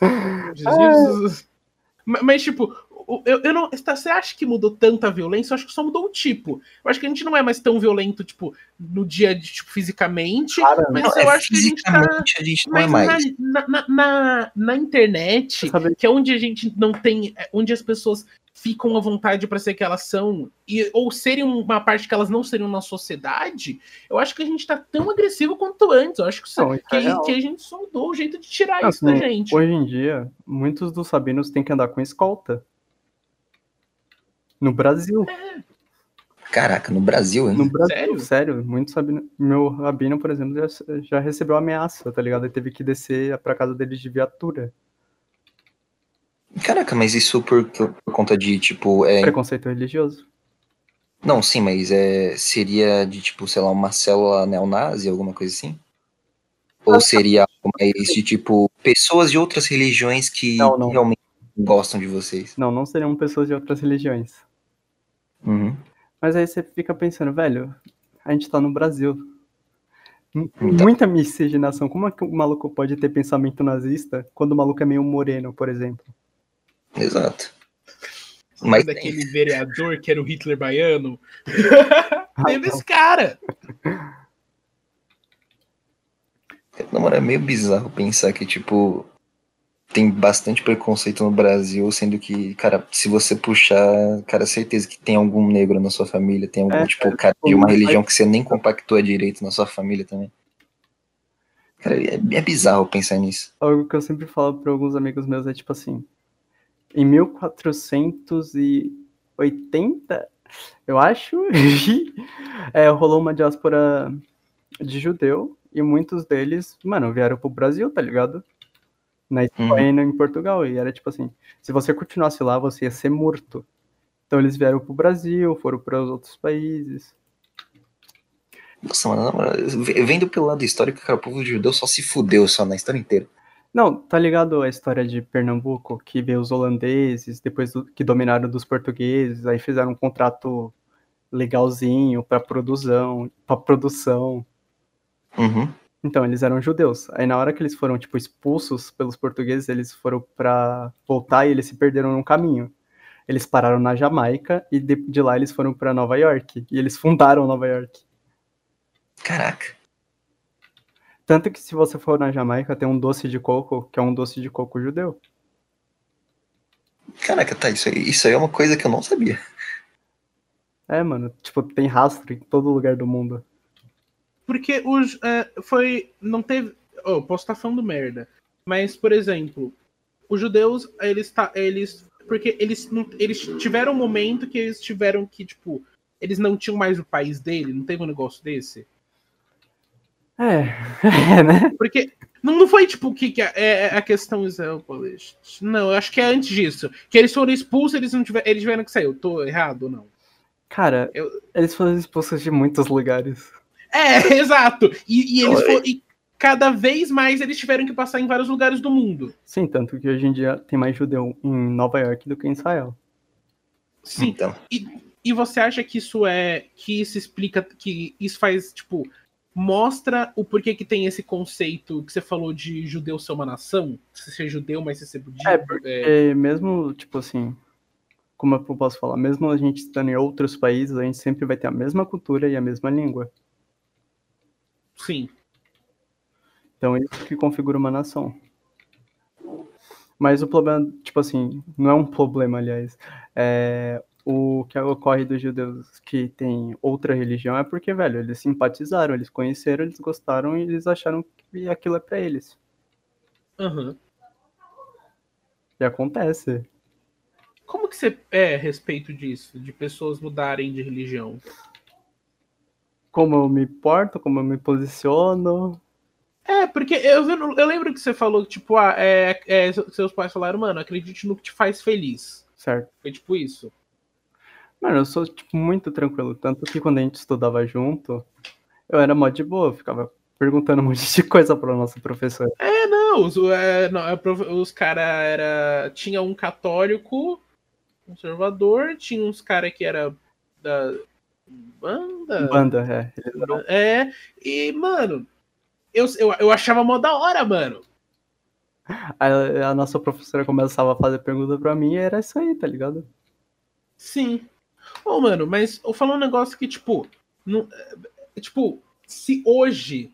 S1: Ma- Mas, tipo, o- eu, eu não. tá, Você acha que mudou tanta violência? Eu acho que só mudou o tipo. Eu acho que a gente não é mais tão violento, tipo, no dia de, tipo, fisicamente.
S3: Cara,
S1: mas
S2: Não,
S1: eu
S2: é
S1: acho que a gente tá.
S2: fisicamente a gente não é
S1: Mas
S2: mais.
S1: na, na, na, na internet,
S3: sabe?
S1: que é onde a gente não tem, é onde as pessoas ficam à vontade para ser que elas são e ou serem uma parte que elas não seriam na sociedade, eu acho que a gente tá tão agressivo quanto antes. Eu acho que, isso-
S3: Não, isso
S1: que,
S3: é real.
S1: que a gente só mudou o jeito de tirar
S3: Não,
S1: isso da
S3: assim,
S1: gente.
S3: Hoje em dia, muitos dos sabinos têm que andar com escolta. No Brasil.
S2: Caraca, no Brasil, hein?
S3: No Brasil,
S1: Sério?
S3: sério? muitos sabino. Meu rabino, por exemplo, já, já recebeu ameaça, tá ligado? Ele teve que descer pra casa dele de viatura.
S2: Caraca, mas isso por, por conta de, tipo, é,
S3: Preconceito religioso.
S2: Não, sim, mas é, seria de tipo, sei lá, uma célula neonazi, alguma coisa assim? Ou seria algo mais de tipo, pessoas de outras religiões que
S3: Não, não.
S2: realmente gostam de vocês?
S3: Não, não seriam pessoas de outras religiões.
S2: Uhum.
S3: Mas aí você fica pensando, velho, a gente tá no Brasil.
S2: Então.
S3: Muita miscigenação. Como é que o maluco pode ter pensamento nazista quando o maluco é meio moreno, por exemplo?
S2: Exato.
S1: Mas
S2: Mas
S1: daquele vereador que era o Hitler baiano. Teve
S3: não.
S1: esse cara.
S2: Na moral, é meio bizarro pensar que, tipo, tem bastante preconceito no Brasil, sendo que, cara, se você puxar, cara, certeza que tem algum negro na sua família, tem algum,
S3: É,
S2: tipo, cara, de uma
S3: mas-
S2: religião que você nem compactua direito na sua família também. Cara, é, é bizarro pensar nisso.
S3: Algo que eu sempre falo para alguns amigos meus é tipo assim: em 1480, eu acho, é, rolou uma diáspora de judeu e muitos deles, mano, vieram pro Brasil, tá ligado? Na
S2: Uhum.
S3: Espanha e em Portugal. E era tipo assim: se você continuasse lá, você ia ser morto. Então eles vieram pro Brasil, foram para os outros países.
S2: Nossa, mano, na moral, v- vendo pelo lado histórico, cara, o povo judeu só se fudeu só na história inteira.
S3: Não, tá ligado a história de Pernambuco, que veio os holandeses, depois do- que dominaram dos portugueses, aí fizeram um contrato legalzinho pra produção, para produção.
S2: Uhum.
S3: Então, eles eram judeus. Aí na hora que eles foram tipo expulsos pelos portugueses, eles foram pra voltar e eles se perderam no caminho. Eles pararam na Jamaica e de, de lá eles foram pra Nova York e eles fundaram Nova York.
S2: Caraca.
S3: Tanto que se você for na Jamaica, tem um doce de coco, que é um doce de coco judeu.
S2: Caraca, tá, isso aí, isso aí é uma coisa que eu não sabia.
S3: É, mano, tipo, tem rastro em todo lugar do mundo.
S1: Porque os, é, foi. Não teve. Oh, posso estar falando merda. Mas, por exemplo, os judeus, eles. Tá, eles porque eles, não, eles tiveram um momento que eles tiveram que, tipo. Eles não tinham mais o país dele, não teve um negócio desse?
S3: É, é, né?
S1: Porque não, não foi tipo o que, que é, é a questão Israel Palestina. Não, eu acho que é antes disso. Que eles foram expulsos, eles não tiveram, eles tiveram que sair. Eu tô errado ou não?
S3: Cara,
S1: Eu-
S3: eles foram expulsos de muitos lugares.
S1: É, exato. E, e eles
S2: Oi.
S1: foram, e cada vez mais eles tiveram que passar em vários lugares do mundo.
S3: Sim, tanto que hoje em dia tem mais judeu em Nova York do que em Israel.
S1: Sim.
S2: Então,
S1: E você acha que isso é que isso explica que isso faz tipo mostra o porquê que tem esse conceito que você falou de judeu ser uma nação, você ser judeu, mas você ser budista.
S3: É,
S1: é,
S3: E mesmo, tipo assim, como eu posso falar, mesmo a gente estando em outros países, a gente sempre vai ter a mesma cultura e a mesma língua.
S1: sim.
S3: Então é isso que configura uma nação. Mas o problema, tipo assim, não é um problema, aliás. É, o que ocorre dos judeus que tem outra religião é porque, velho, eles simpatizaram, eles conheceram, eles gostaram e eles acharam que aquilo é pra eles.
S1: Aham.
S3: E acontece.
S1: Como que você é a respeito disso, de pessoas mudarem de religião?
S3: Como eu me porto, como eu me posiciono.
S1: É, porque eu, vi no- eu lembro que você falou, tipo, ah, é, é, seus pais falaram, mano, acredite no que te faz feliz.
S3: Certo.
S1: Foi tipo isso.
S3: Mano, eu sou, tipo, muito tranquilo. Tanto que quando a gente estudava junto, eu era mó de boa, eu ficava perguntando um monte de coisa pra nossa professora.
S1: É, não, os, é, não, é prof- os caras era Tinha um católico conservador, tinha uns caras que era da banda.
S3: Banda, é.
S1: É, e, mano, eu, eu, eu achava mó da hora, mano.
S3: Aí a nossa professora começava a fazer pergunta pra mim e era isso aí, tá ligado?
S1: Sim. Ô, mano, mas eu falo um negócio que, tipo, não, é, tipo, se hoje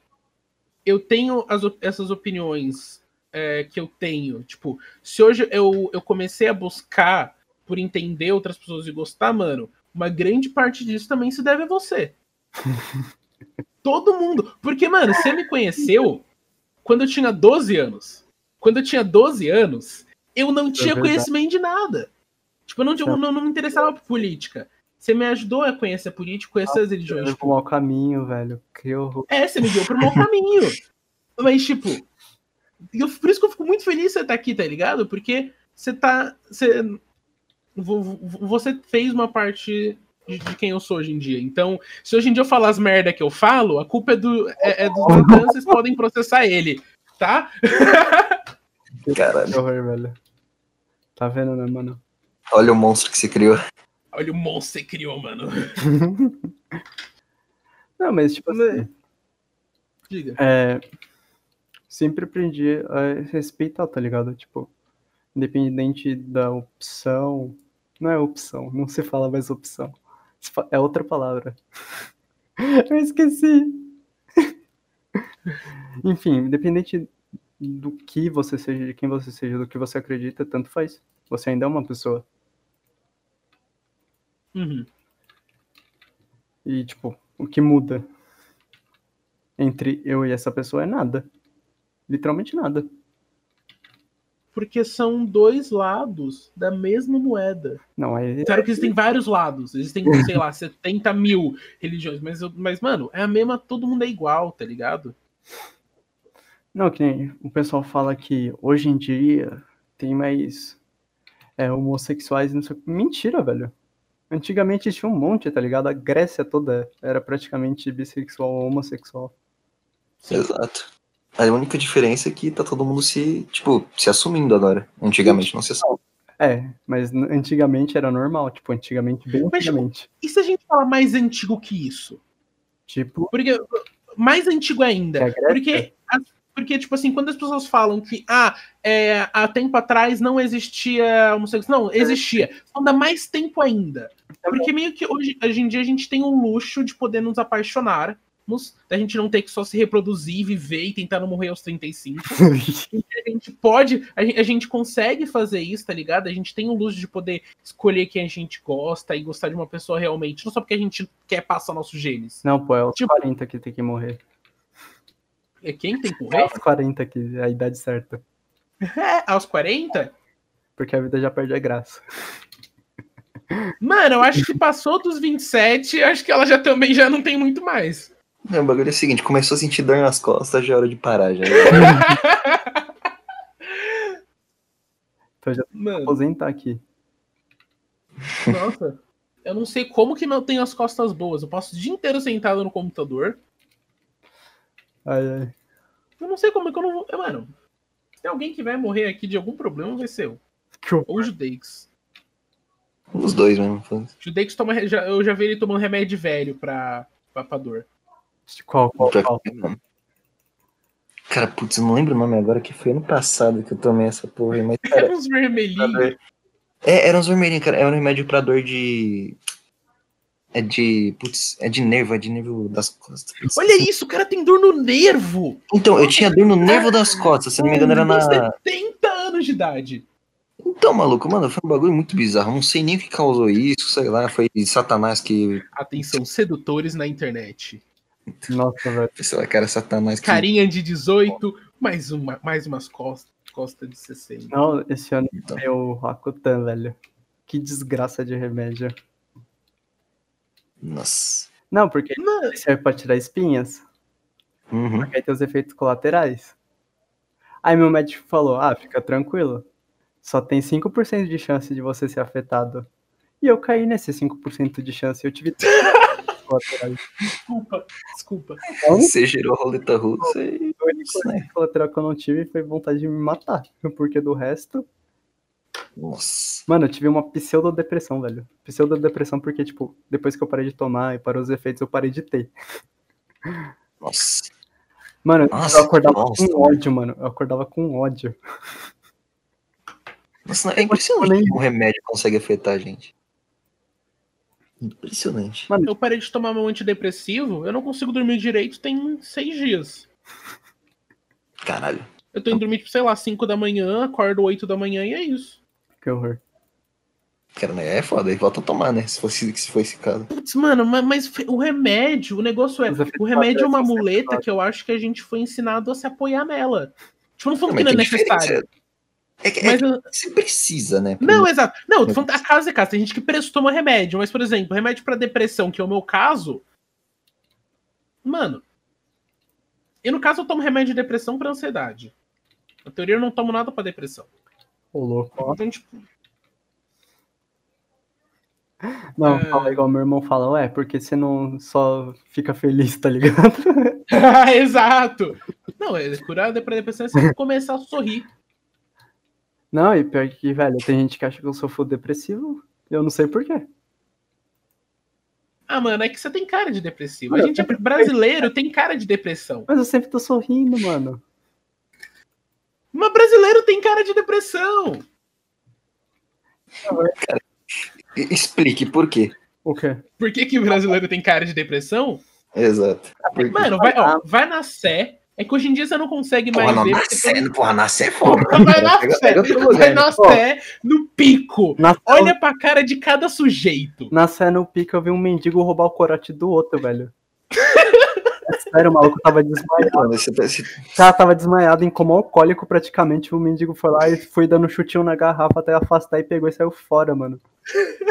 S1: eu tenho as op- essas opiniões é, que eu tenho, tipo, se hoje eu, eu comecei a buscar por entender outras pessoas e gostar, mano, uma grande parte disso também se deve a você. Todo mundo. Porque, mano, você me conheceu quando eu tinha 12 anos. Quando eu tinha 12 anos, eu não tinha
S3: verdade.
S1: conhecimento de nada. Tipo, eu não, tinha- eu não, não me interessava por política. Você me ajudou a conhecer a política, conhecer as
S3: Eu
S1: religiões.
S3: ia pro Tipo, mau caminho, velho. Que horror.
S1: É, você me guiou pro mau caminho. Mas, tipo, eu- por isso que eu fico muito feliz de você estar aqui, tá ligado? Porque você tá. Você, vo- vo- você fez uma parte de, de quem eu sou hoje em dia. Então, se hoje em dia eu falar as merda que eu falo, a culpa é, do, é, é dos Natan, vocês podem processar ele, tá?
S2: cara,
S3: Que horror, velho. Tá vendo, né, mano?
S2: olha o monstro que se criou.
S1: Olha o monstro que você criou, mano.
S3: Não, mas tipo assim.
S1: Diga.
S3: É, sempre aprendi a respeitar, tá ligado? Tipo, independente da opção. Não é opção, não se fala mais opção. Se fa- É outra palavra. Eu esqueci. Enfim, independente do que você seja, de quem você seja, do que você acredita, tanto faz. Você ainda é uma pessoa.
S1: Uhum.
S3: E, tipo, o que muda entre eu e essa pessoa é nada. Literalmente nada.
S1: Porque são dois lados da mesma moeda.
S3: Não, aí.
S1: Claro que existem vários lados. Existem, sei lá, 70 mil religiões. Mas, eu- mas, mano, é a mesma, todo mundo é igual, tá ligado?
S3: Não, que nem o pessoal fala que hoje em dia tem mais é, homossexuais, não sei o que. Mentira, velho. Antigamente tinha um monte, tá ligado? A Grécia toda era praticamente bissexual ou homossexual.
S2: Exato. A única diferença é que tá todo mundo se, tipo, se assumindo agora. Antigamente não se assumiu.
S3: É, mas n- antigamente era normal, tipo, antigamente, bem
S1: Mas, tipo,
S3: antigamente.
S1: E se a gente falar mais antigo que isso?
S3: Tipo,
S1: Porque mais antigo ainda.
S3: É a Grécia?
S1: Porque, a- porque, tipo assim, quando as pessoas falam que ah, é, há tempo atrás não existia homossexual. Não, existia. Então dá mais tempo ainda. Porque meio que hoje, hoje em dia a gente tem o luxo de poder nos apaixonar. Da gente não ter que só se reproduzir, viver e tentar não morrer aos 35. A gente pode, a gente, a gente consegue fazer isso, tá ligado? A gente tem o luxo de poder escolher quem a gente gosta e gostar de uma pessoa realmente, não só porque a gente quer passar nossos genes.
S3: não, pô, é os
S1: Tipo-
S3: 40 que tem que morrer.
S1: É quem tem que
S3: É
S1: morrer?
S3: os 40 que é a idade certa.
S1: É, aos 40?
S3: Porque a vida já perde a graça.
S1: Mano, eu acho que passou dos 27, acho que ela já também já não tem muito mais.
S2: É, o bagulho é o seguinte, começou a sentir dor nas costas, já é hora de parar, já.
S1: Mano,
S3: Aposentar aqui.
S1: nossa. Eu não sei como que não tenho as costas boas. Eu passo o dia inteiro sentado no computador.
S3: Ai, ai.
S1: Eu não sei como é que eu não vou. É, Mano, se tem alguém que vai morrer aqui de algum problema, vai ser eu.
S3: Que horror.
S1: Ou o Judeix.
S2: Os dois mesmo. um foda-se.
S1: O Judeix toma. re- já- eu já vi ele tomando remédio velho pra, pra, pra dor.
S3: Qual, qual, qual?
S2: Cara, putz, eu não lembro o nome agora, que foi ano passado que eu tomei essa porra, aí, mas cara,
S1: Era uns
S2: pra
S1: vermelhinhos.
S2: dor- É, era uns vermelhinhos, cara. Era um remédio pra dor de. É de. Putz, é de nervo, é de nervo das costas.
S1: Olha isso, o cara tem dor no nervo.
S2: Então, eu tinha dor no nervo das costas, se não me engano, era
S1: Com
S2: na.
S1: 70 anos de idade.
S2: Então, maluco, mano, foi um bagulho muito bizarro. Não sei nem o que causou isso, sei lá, foi Satanás que.
S1: Atenção, sedutores na internet.
S3: Nossa, velho.
S2: Sei lá, cara, Satanás que.
S1: Carinha de 18, mais, uma, mais umas costas. Costa de 60.
S3: Não, esse ano
S2: Então.
S3: eu Rakutan, velho. Que desgraça de remédio.
S2: Nossa.
S3: Não, porque
S1: Mano,
S3: ele serve pra tirar espinhas,
S2: Uhum.
S3: porque aí tem os efeitos colaterais. Aí meu médico falou, ah, fica tranquilo. Só tem 5% de chance de você ser afetado. E eu caí nesse 5% de chance. Eu tive... colaterais.
S1: desculpa, desculpa.
S2: Você gerou a roleta russa e. né?
S3: O único efeito colateral que eu não tive foi vontade de me matar. Porque do resto...
S2: Nossa.
S3: Mano, eu tive uma pseudodepressão, velho. Pseudodepressão porque, tipo, depois que eu parei de tomar e parou os efeitos, eu parei de ter.
S2: Nossa.
S3: Mano,
S2: Nossa,
S3: eu acordava
S2: nossa.
S3: com ódio, mano. Eu acordava com ódio.
S2: Nossa, não- é impressionante como o remédio consegue afetar a gente. Impressionante.
S1: Eu parei de tomar meu antidepressivo, eu não consigo dormir direito tem seis dias.
S2: Caralho.
S1: Eu tô indo dormir, tipo, sei lá, 5 da manhã, acordo 8 da manhã e é isso.
S3: Que horror.
S2: Cara, né? É foda, aí volta a tomar, né? Se fosse, se fosse esse caso.
S1: Putz, mano, ma- mas, fe- o remédio, o negócio é.
S3: Os efeitos
S1: O remédio é uma
S3: colaterais são sempre
S1: muleta
S3: claros.
S1: que eu acho que a gente foi ensinado a se apoiar nela. Tipo, não falando que
S2: Mas
S1: não é
S2: tem
S1: necessário.
S2: diferença. É que, é
S1: Mas,
S2: que você precisa, né?
S1: Não, exato. Não, eu tô falando, a casa é casa. Tem gente que preço toma remédio, mas, por exemplo, remédio pra depressão, que é o meu caso. Mano. E no caso, eu tomo remédio de depressão pra ansiedade. Na teoria, eu não tomo nada pra depressão.
S3: Ô, louco. ó.
S1: Então, tipo,
S3: Não,
S1: É.
S3: fala igual meu irmão fala, ué, porque você não só fica feliz, tá ligado?
S1: exato. Não, é curar pra depressão é você começar a sorrir.
S3: Não, e pior que, velho, tem gente que acha que eu sou full depressivo. Eu não sei porquê.
S1: Ah, mano, é que você tem cara de depressivo. A gente é brasileiro, tem cara de depressão.
S3: Mas eu sempre tô sorrindo, mano.
S1: Mas brasileiro tem cara de depressão. é-
S2: Explique por quê.
S3: O quê?
S1: Por que, que brasileiro tem cara de depressão?
S2: Exato. Por quê?
S1: Mano, vai, ó, vai na Sé. É que hoje em dia você não consegue mais
S2: Porra, não,
S1: ver.
S2: na
S1: porque
S2: Sé, porra, na Sé é foda.
S1: Então Vai na
S2: Pega-
S1: fé,
S2: pega outro lugar,
S1: vai
S2: né?
S1: na
S3: Ó.
S1: fé, no pico.
S3: Na,
S1: Olha pra cara de cada sujeito.
S3: na cena no pico eu vi um mendigo roubar o corote do outro, velho. É Sério, o maluco tava desmaiado.
S2: Mano, você tá- você-
S3: O cara tava desmaiado em coma alcoólico praticamente. O mendigo foi lá e foi dando chutinho na garrafa até afastar e pegou e saiu fora, mano.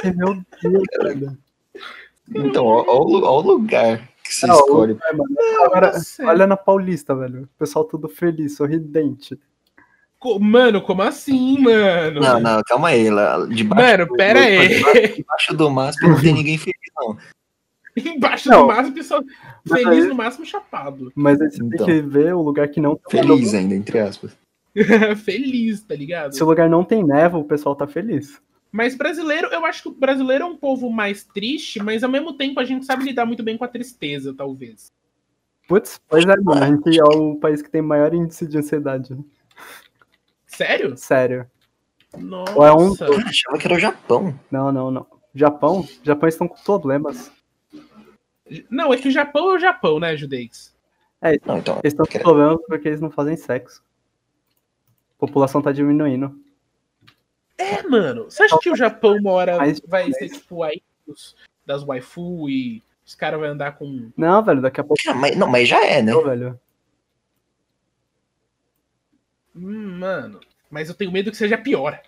S3: E, meu Deus, velho.
S2: Então, ó, ó o lu- ó o lugar que você
S3: Não,
S2: escolhe.
S3: é, mano. Agora,
S1: Tá certo.
S3: olha na Paulista, velho. O pessoal tudo feliz, sorridente.
S1: Co- Mano, como assim, mano?
S2: Não, não, calma aí. Lá, debaixo
S1: Mano,
S2: do-
S1: pera
S2: do-
S1: aí.
S2: Debaixo do MASP não tem ninguém feliz, não.
S1: Embaixo
S3: Não.
S1: do máximo, pessoal.
S3: Mas
S1: Feliz
S3: aí-
S1: no máximo chapado.
S3: Mas aí você
S2: Então.
S3: tem que ver o lugar que não tem
S2: Feliz ainda, entre aspas.
S1: Feliz, tá ligado?
S3: Se o lugar não tem neva, o pessoal tá feliz.
S1: Mas brasileiro, eu acho que o brasileiro é um povo mais triste, mas ao mesmo tempo a gente sabe lidar muito bem com a tristeza, talvez.
S3: Putz, pois é, mano. A gente é o país que tem maior índice de ansiedade.
S1: Sério?
S3: Sério. Ou é um-
S1: Nossa.
S2: Eu achava que era o Japão.
S3: Não, não, não. Japão? Japão estão com problemas.
S1: Não, é que o Japão é o Japão, né, judeis?
S2: Não, então.
S3: Eles estão com
S1: é-
S2: Cara.
S3: problemas porque eles não fazem sexo. A população tá diminuindo.
S1: É, mano. Você acha que o Japão uma hora
S3: Mas-
S1: vai ser tipo aí dos- das waifu e os caras vão andar com.
S3: Não, velho, daqui a pouco.
S2: Cara, mas, não, mas já é, né?
S3: Não, velho.
S1: Hum, mano. Mas eu tenho medo que seja pior.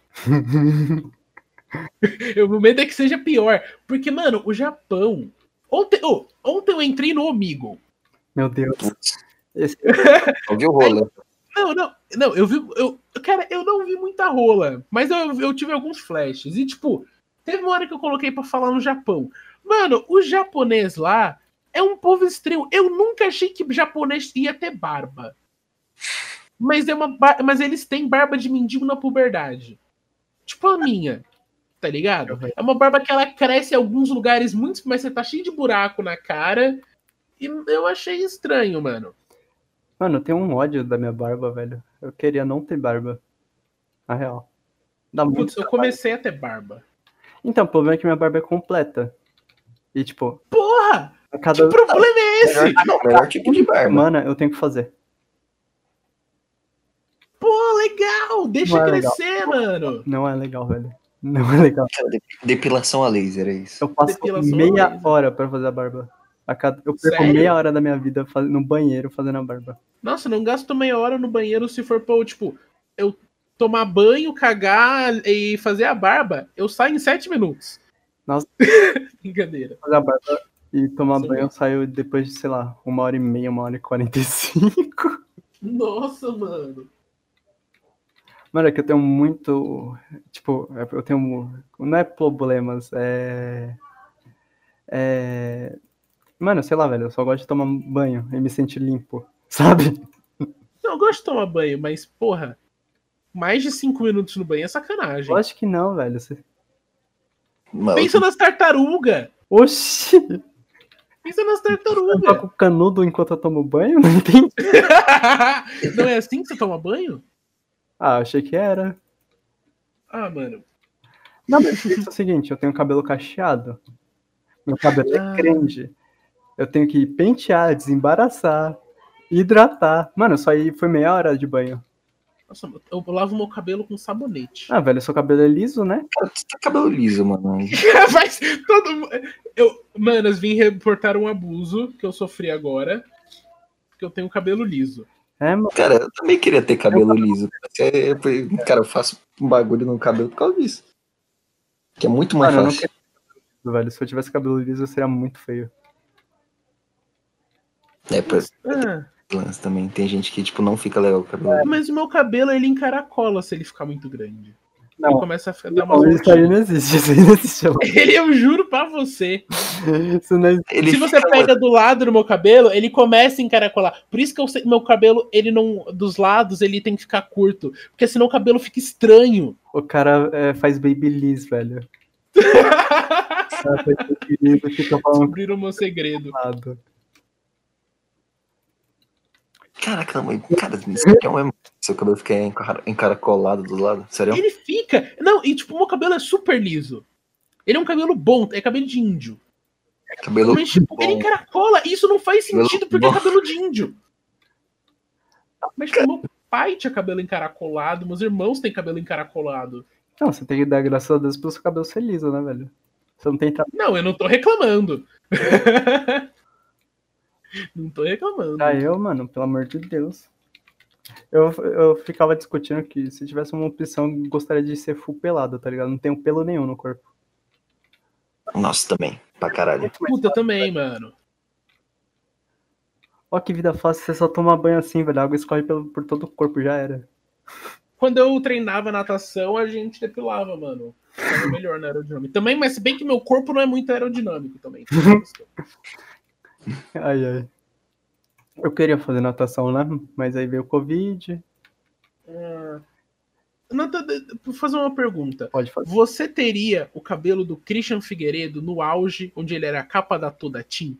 S1: eu, o medo é que seja pior. Porque, mano, o Japão. Ontem, ô, ontem eu entrei no Omigo.
S3: Meu Deus. Esse-
S2: Ouviu o rolo.
S1: Não, não, não, eu vi. Eu, cara, eu não vi muita rola, mas eu, eu tive alguns flashes. E, tipo, teve uma hora que eu coloquei pra falar no Japão. Mano, o japonês lá é um povo estranho. Eu nunca achei que japonês ia ter barba. Mas, é uma ba- mas eles têm barba de mendigo na puberdade. Tipo a minha. Tá ligado? É uma barba que ela cresce em alguns lugares muito, mas você tá cheio de buraco na cara. E eu achei estranho, mano.
S3: Mano, eu tenho um ódio da minha barba, velho. Eu queria não ter barba. Na real. Dá muito.
S1: Putz, eu comecei a ter barba.
S3: Então, o problema é que minha barba é completa. E, tipo,
S1: Porra!
S3: a
S1: Que
S3: cada
S1: problema é esse?
S2: Não, melhor tipo de barba.
S3: semana eu tenho que fazer.
S1: Pô, legal! Deixa
S3: Não é legal.
S1: crescer, mano.
S3: Não é legal, velho. Não é legal.
S2: Cara, de- Depilação a laser, é isso.
S3: Eu passo
S1: Depilação
S3: meia
S1: laser.
S3: hora pra fazer a barba. A cada- Eu perco
S1: né? Sério?
S3: meia hora da minha vida faz- no banheiro fazendo a barba.
S1: Nossa, não gasto meia hora no banheiro se for pra, eu, tipo, eu tomar banho, cagar e fazer a barba. Eu saio em sete minutos.
S3: Nossa.
S1: Brincadeira.
S3: Fazer a barba e tomar
S1: Sim.
S3: banho eu saio depois de, sei lá, uma hora e meia, uma hora e quarenta e cinco.
S1: Nossa, mano.
S3: Mano, é que eu tenho muito. Tipo, é- eu tenho. Não é problemas, é. É. Mano, sei lá, velho, eu só gosto de tomar banho e me sentir limpo, sabe?
S1: Não, eu gosto de tomar banho, mas, porra, mais de cinco minutos no banho é sacanagem.
S3: Lógico que não, velho. Você-
S2: Mano,
S1: Pensa nas tartarugas.
S3: Oxi!
S1: Pensa nas
S3: Eu
S1: tartarugas.
S3: toco canudo enquanto eu tomo banho? Não entendi.
S1: não é assim que você toma banho?
S3: Ah, achei que era.
S1: Ah, mano.
S3: Não, mas isso é o seguinte, eu tenho cabelo cacheado. Meu cabelo
S1: Ah.
S3: é grande. Eu tenho que pentear, desembaraçar, hidratar. Mano, isso aí foi meia hora de banho.
S1: Nossa, eu lavo meu cabelo com sabonete.
S3: Ah, velho, seu cabelo é liso, né?
S2: cara, você tá cabelo liso, mano.
S1: Mas todo mundo. Eu, manas, vim reportar um abuso que eu sofri agora. Porque eu tenho cabelo liso.
S3: É, mano.
S2: Cara, eu também queria ter cabelo liso. É, é, Cara, eu faço um bagulho no cabelo por causa disso. Que é muito mais
S3: Mano, eu não
S2: fácil.
S3: velho. Se eu tivesse cabelo liso, eu seria muito feio.
S2: É, pra
S1: Ah,
S2: lance também. Tem gente que, tipo, não fica legal com cabelo liso.
S1: mas o meu cabelo ele encaracola se ele ficar muito grande. Ele
S3: Não,
S1: começa a ficar- dar uma
S3: não isso aí não existe. Isso aí não existe. mano.
S1: Ele, eu juro pra você.
S3: Isso não existe.
S2: Ele
S1: se você
S2: fica-
S1: pega do lado do meu cabelo, ele começa a encaracolar. Por isso que eu sei, meu cabelo, ele não. Dos lados, ele tem que ficar curto. Porque senão o cabelo fica estranho.
S3: O cara é, faz babyliss, velho. Fica falando
S1: Descobriram o meu segredo.
S3: nada.
S2: Caraca, mãe, cara, isso aqui é um emo. Seu cabelo fica encar- encaracolado do lado. Sério?
S1: Ele fica. Não, e tipo, o meu cabelo é super liso. Ele é um cabelo bom, é cabelo de índio.
S2: Cabelo
S1: Mas, tipo, ele
S2: bom.
S1: encaracola. E isso não faz
S2: Cabelo
S1: sentido porque é
S2: bom.
S1: cabelo de índio. Mas, tipo, meu pai tinha cabelo encaracolado, meus irmãos têm cabelo encaracolado.
S3: Não, você tem que dar graças a Deus pelo seu cabelo ser liso, né, velho? Você não tem trabalho.
S1: Não, eu não tô reclamando. não tô reclamando.
S3: Ah, eu, mano, pelo amor de Deus. Eu, eu ficava discutindo que se tivesse uma opção, eu gostaria de ser full pelado, tá ligado? Não tenho pelo nenhum no corpo.
S2: Nossa, também. Pra caralho.
S1: Puta, eu também, mano.
S3: Ó, que vida fácil, você só toma banho assim, velho. A água escorre pelo, por todo o corpo, já era.
S1: Quando eu treinava natação, a gente depilava, mano. Era melhor na aerodinâmica. Também, mas se bem que meu corpo não é muito aerodinâmico também.
S3: Ai, ai. Eu queria fazer natação, né? Mas aí veio o Covid.
S1: Ah, Nata, de- vou fazer uma pergunta.
S3: Pode fazer.
S1: Você teria o cabelo do Christian Figueiredo no auge, onde ele era a capa da toda Team?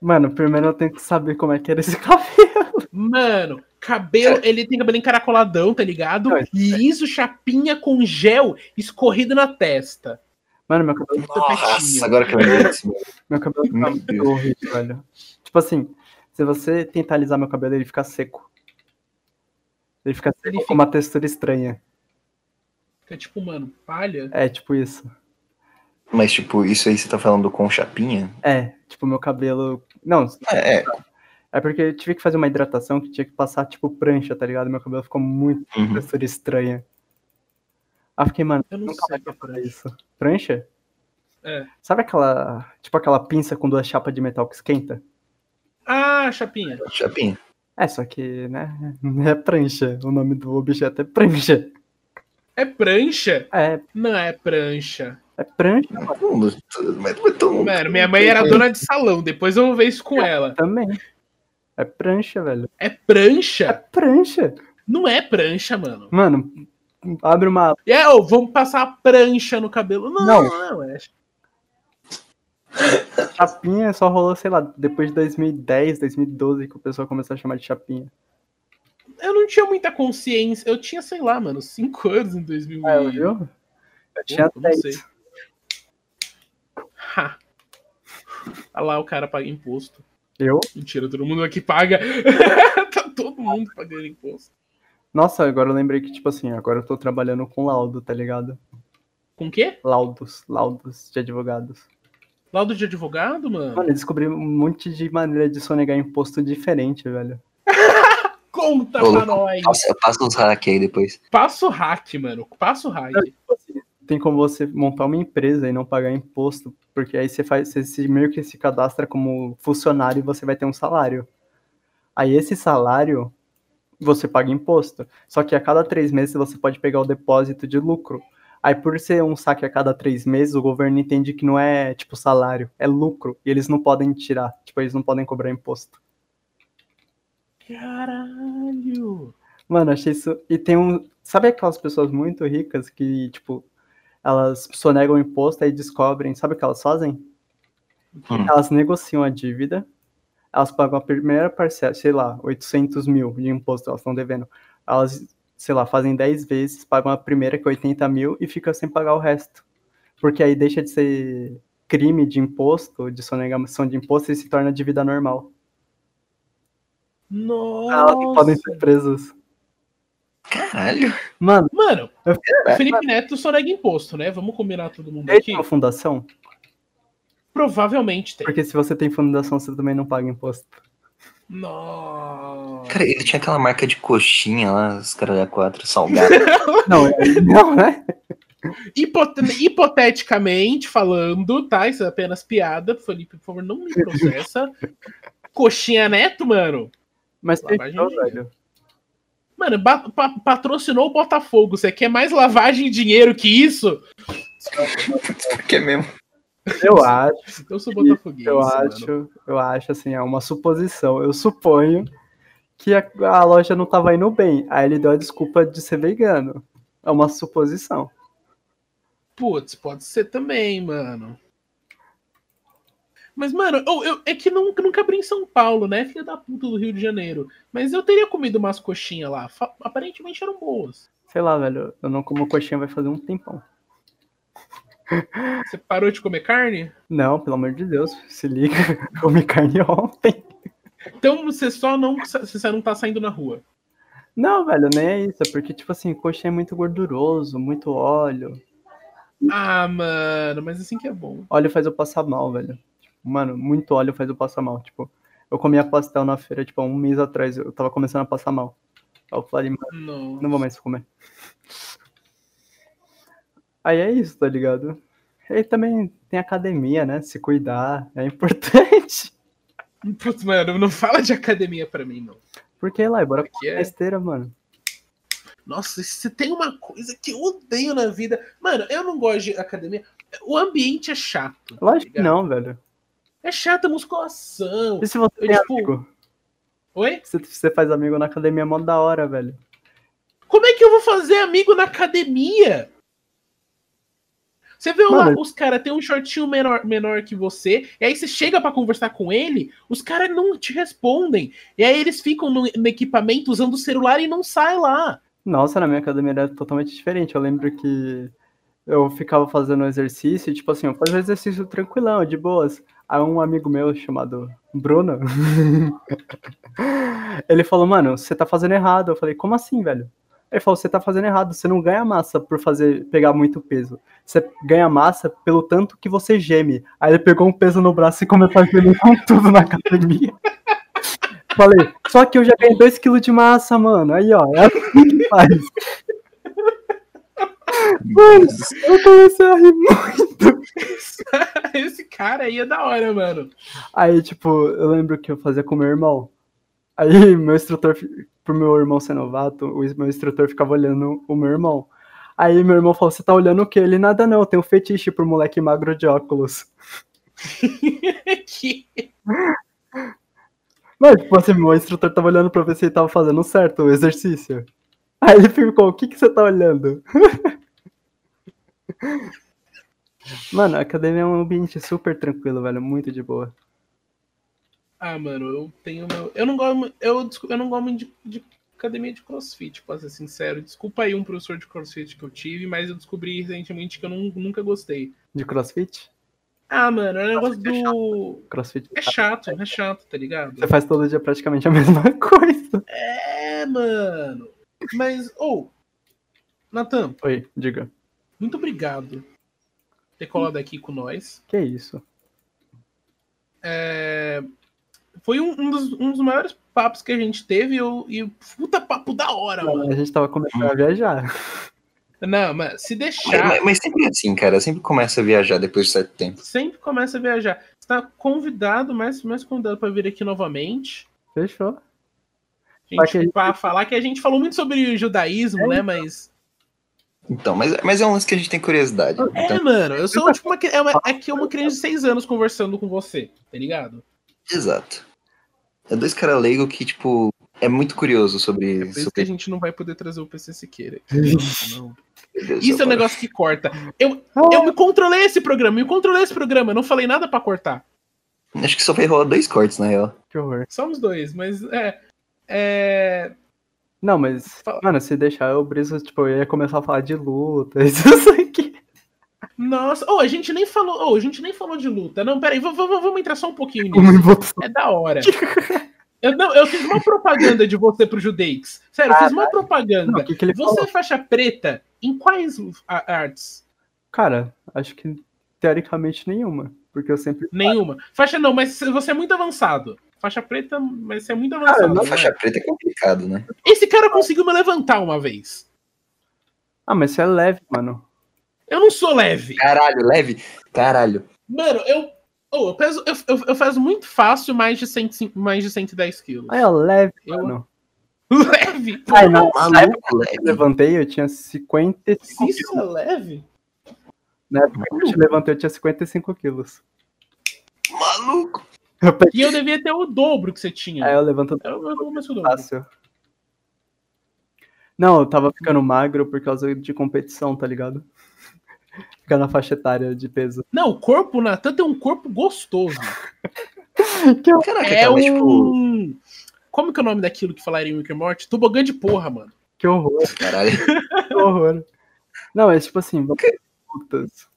S3: Mano, primeiro eu tenho que saber como é que era esse cabelo.
S1: Mano, cabelo, ele tem cabelo encaracoladão, tá ligado?
S3: Não, isso
S1: Liso, chapinha com gel escorrido na testa.
S3: Mano, meu cabelo,
S1: é
S2: Nossa, agora que eu lembrei disso. meu.
S3: meu cabelo tá
S2: Meu
S3: muito
S2: Deus.
S3: horrível, velho. Tipo assim, se você tentar alisar meu cabelo, ele fica seco. Ele fica seco
S1: Ele
S3: com
S1: fica-
S3: uma textura estranha.
S1: Fica tipo, mano, palha.
S3: É, tipo isso.
S2: Mas, tipo, isso aí você tá falando com chapinha?
S3: É, tipo, meu cabelo. Não,
S2: É, é.
S3: é porque eu tive que fazer uma hidratação que tinha que passar, tipo, prancha, tá ligado? Meu cabelo ficou muito com
S2: Uhum.
S3: textura estranha. Aí eu fiquei, mano,
S1: Eu não
S3: nunca
S1: sei
S3: mais
S1: o que é
S3: vou
S1: pra
S3: fazer
S1: isso.
S3: isso. Prancha?
S1: É.
S3: Sabe aquela. Tipo aquela pinça com duas chapas de metal que esquenta?
S1: Ah, chapinha.
S2: Chapinha.
S3: É, só que, né? Não é prancha. O nome do objeto é prancha.
S1: É prancha?
S3: É,
S1: Não é prancha.
S3: é prancha
S2: Todo mundo- todo- Mas, mas todo mundo-
S1: Mano, minha mãe era dona de salão, depois eu vou ver isso com ela.
S3: também. É prancha, velho.
S1: É
S3: É
S1: prancha?
S3: prancha.
S1: Não é prancha, mano.
S3: Mano, abre uma.
S1: E é, ô, vamos passar a prancha no cabelo. Não,
S3: Não.
S1: não, é.
S3: Chapinha só rolou, sei lá, depois de 2010, 2012 que o pessoal começou a chamar de chapinha.
S1: Eu não tinha muita consciência. Eu tinha, sei lá, mano, 5 anos em 2000.
S3: É, viu? Eu tinha
S1: um, não sei.
S3: 10.
S1: Ha. Olha lá, o cara paga imposto.
S3: Eu?
S1: Mentira, todo mundo aqui paga. tá todo mundo pagando imposto.
S3: Nossa, agora eu lembrei que, tipo assim, agora eu tô trabalhando com laudo, tá ligado?
S1: Com o quê?
S3: Laudos, laudos de advogados.
S1: Laudo de advogado, mano?
S3: Mano, eu descobri um monte de maneira de sonegar imposto diferente, velho.
S1: Conta
S2: Ô,
S1: pra
S2: louco.
S1: nós.
S2: Passa, passa uns hack aí depois.
S1: Passa o hack, mano. Passa o hack.
S3: Tem como você montar uma empresa e não pagar imposto, porque aí você faz, você se- meio que se cadastra como funcionário e você vai ter um salário. Aí esse salário você paga imposto. Só que a cada três meses você pode pegar o depósito de lucro. Aí por ser um saque a cada três meses, o governo entende que não é tipo salário, é lucro. E eles não podem tirar, tipo, eles não podem cobrar imposto.
S1: Caralho.
S3: Mano, achei isso. E tem um. Sabe aquelas pessoas muito ricas que, tipo, elas sonegam imposto e descobrem. Sabe o que elas fazem?
S2: Hum.
S3: Elas negociam a dívida, elas pagam a primeira parcela, sei lá, 800 mil de imposto elas estão devendo. Elas, sei lá, fazem 10 vezes, pagam a primeira que é 80 mil e fica sem pagar o resto. Porque aí deixa de ser crime de imposto, de sonegação de imposto e se torna dívida normal. Elas não Ah, podem
S1: Nossa.
S3: ser presas.
S2: Caralho.
S3: Mano,
S1: Mano,
S3: Eu-
S1: o Felipe Neto sonega imposto, né? Vamos combinar todo mundo
S3: tem
S1: aqui?
S3: uma fundação?
S1: Provavelmente tem.
S3: Porque se você tem fundação, você também não paga imposto.
S1: Nossa.
S2: Cara, ele tinha aquela marca de coxinha lá, os caras da quatro, salgado.
S3: Não, é- não, né?
S1: Hipote- hipoteticamente falando, tá? Isso é apenas piada. Felipe, por favor, não me processa. Coxinha Neto, mano.
S3: Mas
S1: Lavagem
S3: fechou,
S1: de dinheiro.
S3: velho.
S1: Mano, ba- pa- patrocinou o Botafogo. Você quer mais lavagem de dinheiro que isso?
S2: que é mesmo.
S3: Eu acho,
S1: Eu sou botafoguense,
S3: eu
S1: mano.
S3: acho, eu acho assim, é uma suposição. Eu suponho que a, a loja não tava indo bem. Aí ele deu a desculpa de ser vegano. É uma suposição.
S1: Putz, pode ser também, mano. Mas, mano, eu, eu- é que nunca, nunca abri em São Paulo, né? Filha da puta do Rio de Janeiro. Mas eu teria comido umas coxinhas lá. Fa- Aparentemente eram boas.
S3: Sei lá, velho, eu não como coxinha vai fazer um tempão.
S1: Você parou de comer carne?
S3: Não, pelo amor de Deus, se liga, eu comi carne ontem.
S1: Então você só não, você não tá saindo na rua.
S3: Não, velho, nem é isso, é porque, tipo assim, coxinha é muito gorduroso, muito óleo.
S1: Ah, mano, mas assim que é bom.
S3: Óleo faz eu passar mal, velho. Tipo, Mano, muito óleo faz eu passar mal. Tipo, eu comia pastel na feira, tipo, há um mês atrás, eu tava começando a passar mal. Aí eu falei, mano,
S1: Não.
S3: não vou mais comer. Aí é isso, tá ligado? E também tem academia, né? Se cuidar é importante.
S1: Putz, mano, não fala de academia pra mim, não.
S3: Porque lá, bora
S1: Porque
S3: pra
S1: é.
S3: esteira, mano.
S1: Nossa, se tem uma coisa que eu odeio na vida. Mano, eu não gosto de academia. O ambiente é chato. tá
S3: Lógico que
S1: ligado?
S3: não, velho.
S1: É chato a musculação.
S3: E se você
S1: Eu,
S3: tem
S1: tipo,
S3: amigo?
S1: Oi?
S3: Se você faz amigo na academia, é mó da hora, velho.
S1: Como é que eu vou fazer amigo na academia? Você vê lá,
S3: Mano,
S1: os caras têm um shortinho menor, menor que você, e aí você chega pra conversar com ele, os caras não te respondem. E aí eles ficam no, no equipamento usando o celular e não sai lá.
S3: Nossa, na minha academia era totalmente diferente. Eu lembro que eu ficava fazendo exercício, e, tipo assim, eu fazia exercício tranquilão, de boas. Aí um amigo meu chamado Bruno, ele falou, mano, você tá fazendo errado. Eu falei, como assim, velho? Ele falou, você tá fazendo errado, você não ganha massa por fazer pegar muito peso. Você ganha massa pelo tanto que você geme. Aí ele pegou um peso no braço e começou a gemer com tudo na academia. Falei, só que eu já ganhei 2kg de massa, mano. Aí, ó, é assim que faz. Mano, eu comecei a rir muito.
S1: Esse cara aí é da hora, mano.
S3: Aí, tipo, eu lembro que eu fazia com meu irmão. Aí, meu instrutor, fi- pro meu irmão ser novato, o meu instrutor ficava olhando o meu irmão. Aí, meu irmão falou: Você tá olhando o quê? Ele, nada não, eu tenho fetiche pro moleque magro de óculos.
S1: que
S3: Mas, tipo assim, meu instrutor tava olhando pra ver se ele tava fazendo certo o exercício. Aí ele ficou, o que que você tá olhando? Mano, a academia é um ambiente super tranquilo, velho, muito de boa.
S1: Ah, mano, eu tenho meu. Eu não gosto, mu- eu, descu- eu não gosto muito de, de academia de crossfit, pra ser sincero. Desculpa aí um professor de crossfit que eu tive, mas eu descobri recentemente que eu nun- nunca gostei.
S3: De crossfit?
S1: Ah, mano, é um negócio do.
S3: Crossfit.
S1: É chato, é chato, tá ligado?
S3: Você faz todo dia praticamente a mesma coisa.
S1: É, mano. Mas, ou. Natan,
S3: Oi, diga.
S1: muito obrigado por ter colado aqui com nós.
S3: Que isso?
S1: É, Foi um, um dos, um dos maiores papos que a gente teve eu, e puta papo da hora, mano.
S3: A gente tava começando a viajar.
S1: Não, mas se
S2: Mas,
S1: deixar.
S2: mas- mas sempre é assim, cara. Sempre começa a viajar depois de certo tempo.
S1: sempre começa a viajar. Está convidado, mais, mais convidado para vir aqui novamente.
S3: Fechou.
S1: A
S3: Pra
S1: gente
S3: que-
S1: para falar que a gente falou muito sobre judaísmo, né? Mas
S2: Então, mas, mas é um lance que a gente tem curiosidade.
S1: é,
S2: Então,
S1: mano, eu sou tipo uma, cri- é uma aqui é uma criança de seis anos conversando com você, tá ligado?
S2: exato. É dois caras leigos que, tipo, é muito curioso sobre.
S1: É Por isso que a
S2: sobre...
S1: gente não vai poder trazer o PC Siqueira. aqui. Não.
S2: Meu Deus,
S1: Isso é um
S2: agora.
S1: negócio que corta.
S3: Ah,
S1: Eu me controlei esse programa, me controlei esse programa, eu não falei nada para cortar.
S2: Acho que só vai rolar dois cortes, na real.
S3: Que horror.
S1: Só os dois, mas é, é
S3: Não, mas,
S1: Fala.
S3: mano, se deixar eu briso, tipo, eu ia começar a falar de luta, isso aqui.
S1: Nossa, ou a gente nem falou, ou a gente nem falou de luta. Não, peraí, v- v- vamos entrar só um pouquinho nisso.
S3: Uma envoltura.
S1: É da hora. Eu, não, eu fiz uma propaganda de você pro Judeix. Sério, eu fiz uma
S3: Não, o
S1: propaganda.
S3: que, que ele falou?
S1: Você é faixa preta em quais a- artes?
S3: Cara, acho que teoricamente nenhuma. Porque eu sempre.
S1: Nenhuma. Faixa não, mas você é muito avançado. Faixa preta, mas você é muito
S3: Cara,
S1: avançado.
S3: não-
S1: né?
S2: Faixa preta é complicado, né?
S1: Esse cara conseguiu me levantar uma vez.
S3: Ah, mas você é leve, mano.
S1: Eu não sou leve.
S2: Caralho, leve. Caralho.
S1: Mano, eu. ô, eu, peso, eu, eu, eu peso muito fácil mais de, 100, mais de 110 quilos.
S3: Ah, é leve,
S1: Eu-
S3: mano.
S1: Leve?
S3: Ai, não,
S2: Maluco,
S3: Eu
S2: leve.
S3: levantei, eu tinha 55 quilos.
S1: Isso é leve?
S3: Na época que eu te levantei, eu tinha 55 quilos.
S2: Maluco.
S3: Eu peguei-
S1: E eu devia ter o dobro que você tinha.
S3: Aí eu levanto
S1: Era o meu começo do dobro.
S3: fácil. Não, eu tava ficando magro por causa de competição, tá ligado? Fica na faixa etária de peso.
S1: Não, o corpo, o Natan tem um corpo gostoso.
S2: Caraca,
S1: é
S2: cara,
S1: um.
S2: mas, tipo,
S1: Como que é o nome daquilo que falaram em Rick and Morty? Tobogã de porra, mano.
S3: Que horror,
S2: tipo, caralho.
S3: que horror. Não, mas tipo assim, vamos às lutas.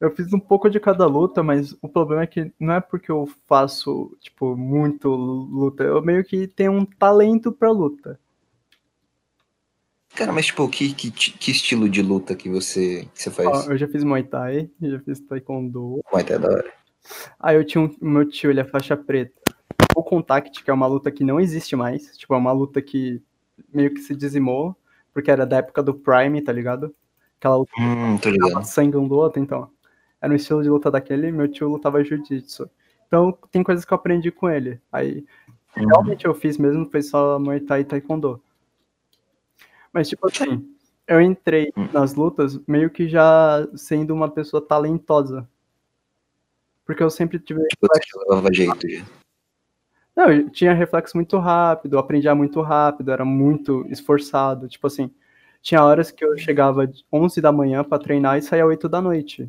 S3: Eu fiz um pouco de cada luta, mas o problema é que não é porque eu faço, tipo, muito luta. Eu meio que tenho um talento pra luta.
S2: Cara, mas tipo, que, que, que estilo de luta que você, que você faz?
S3: Ó, eu já fiz Muay Thai, já fiz Taekwondo,
S2: Pô, até da hora.
S3: Aí eu tinha um, o meu tio, ele é faixa preta. O Contact, que é uma luta que não existe mais. Tipo, é uma luta que meio que se dizimou, porque era da época do Prime, tá ligado? Aquela luta
S2: Hum, tô
S3: que tava
S2: ligado.
S3: sangue um do outro, então. Era um estilo de luta daquele, meu tio lutava jiu-jitsu. Então, tem coisas que eu aprendi com ele. Aí, realmente eu fiz mesmo, foi só Muay Thai e Taekwondo. Mas, tipo assim, eu entrei
S2: Hum.
S3: nas lutas meio que já sendo uma pessoa talentosa. Porque eu sempre tive
S2: Tipo, você já levava jeito já.
S3: não, eu tinha reflexo muito rápido, eu aprendia muito rápido, era muito esforçado. Tipo assim, tinha horas que eu chegava de 11 da manhã pra treinar e saía 8 da noite.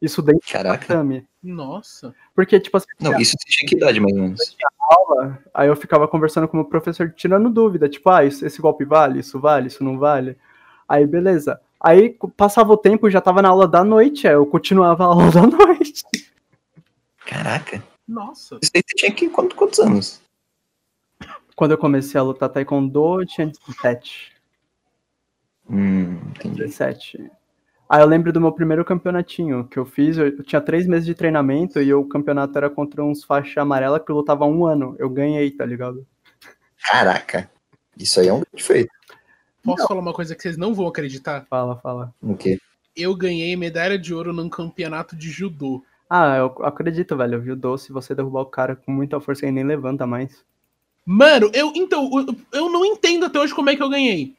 S3: Isso dentro do
S2: Caraca.
S3: tatame.
S1: Nossa.
S3: Porque, tipo assim,
S2: Não, isso você tinha que idade, mais ou menos.
S3: aula, aí eu ficava conversando com o meu professor, tirando dúvida. Tipo, ah, isso, esse golpe vale? Isso vale? Isso não vale? Aí, beleza. Aí co- passava o tempo, já tava na aula da noite, aí eu continuava a aula da noite.
S2: Caraca.
S1: Nossa.
S2: Isso aí você tinha que quanto, quantos anos?
S3: Quando eu comecei a lutar taekwondo, eu tinha 17.
S2: Hum, entendi.
S3: 17. Ah, eu lembro do meu primeiro campeonatinho que eu fiz. Eu eu tinha três meses de treinamento e o campeonato era contra uns faixa amarela que eu lutava há um ano. Eu ganhei, tá ligado?
S2: Caraca. Isso aí é um grande feito.
S1: Posso falar uma coisa que vocês não vão acreditar?
S3: Fala, fala.
S2: O quê?
S1: Eu ganhei medalha de ouro num campeonato de judô.
S3: Ah, eu acredito, velho. Viu doce, você derrubar o cara com muita força e nem levanta mais.
S1: Mano, eu então, eu, eu não entendo até hoje como é que eu ganhei.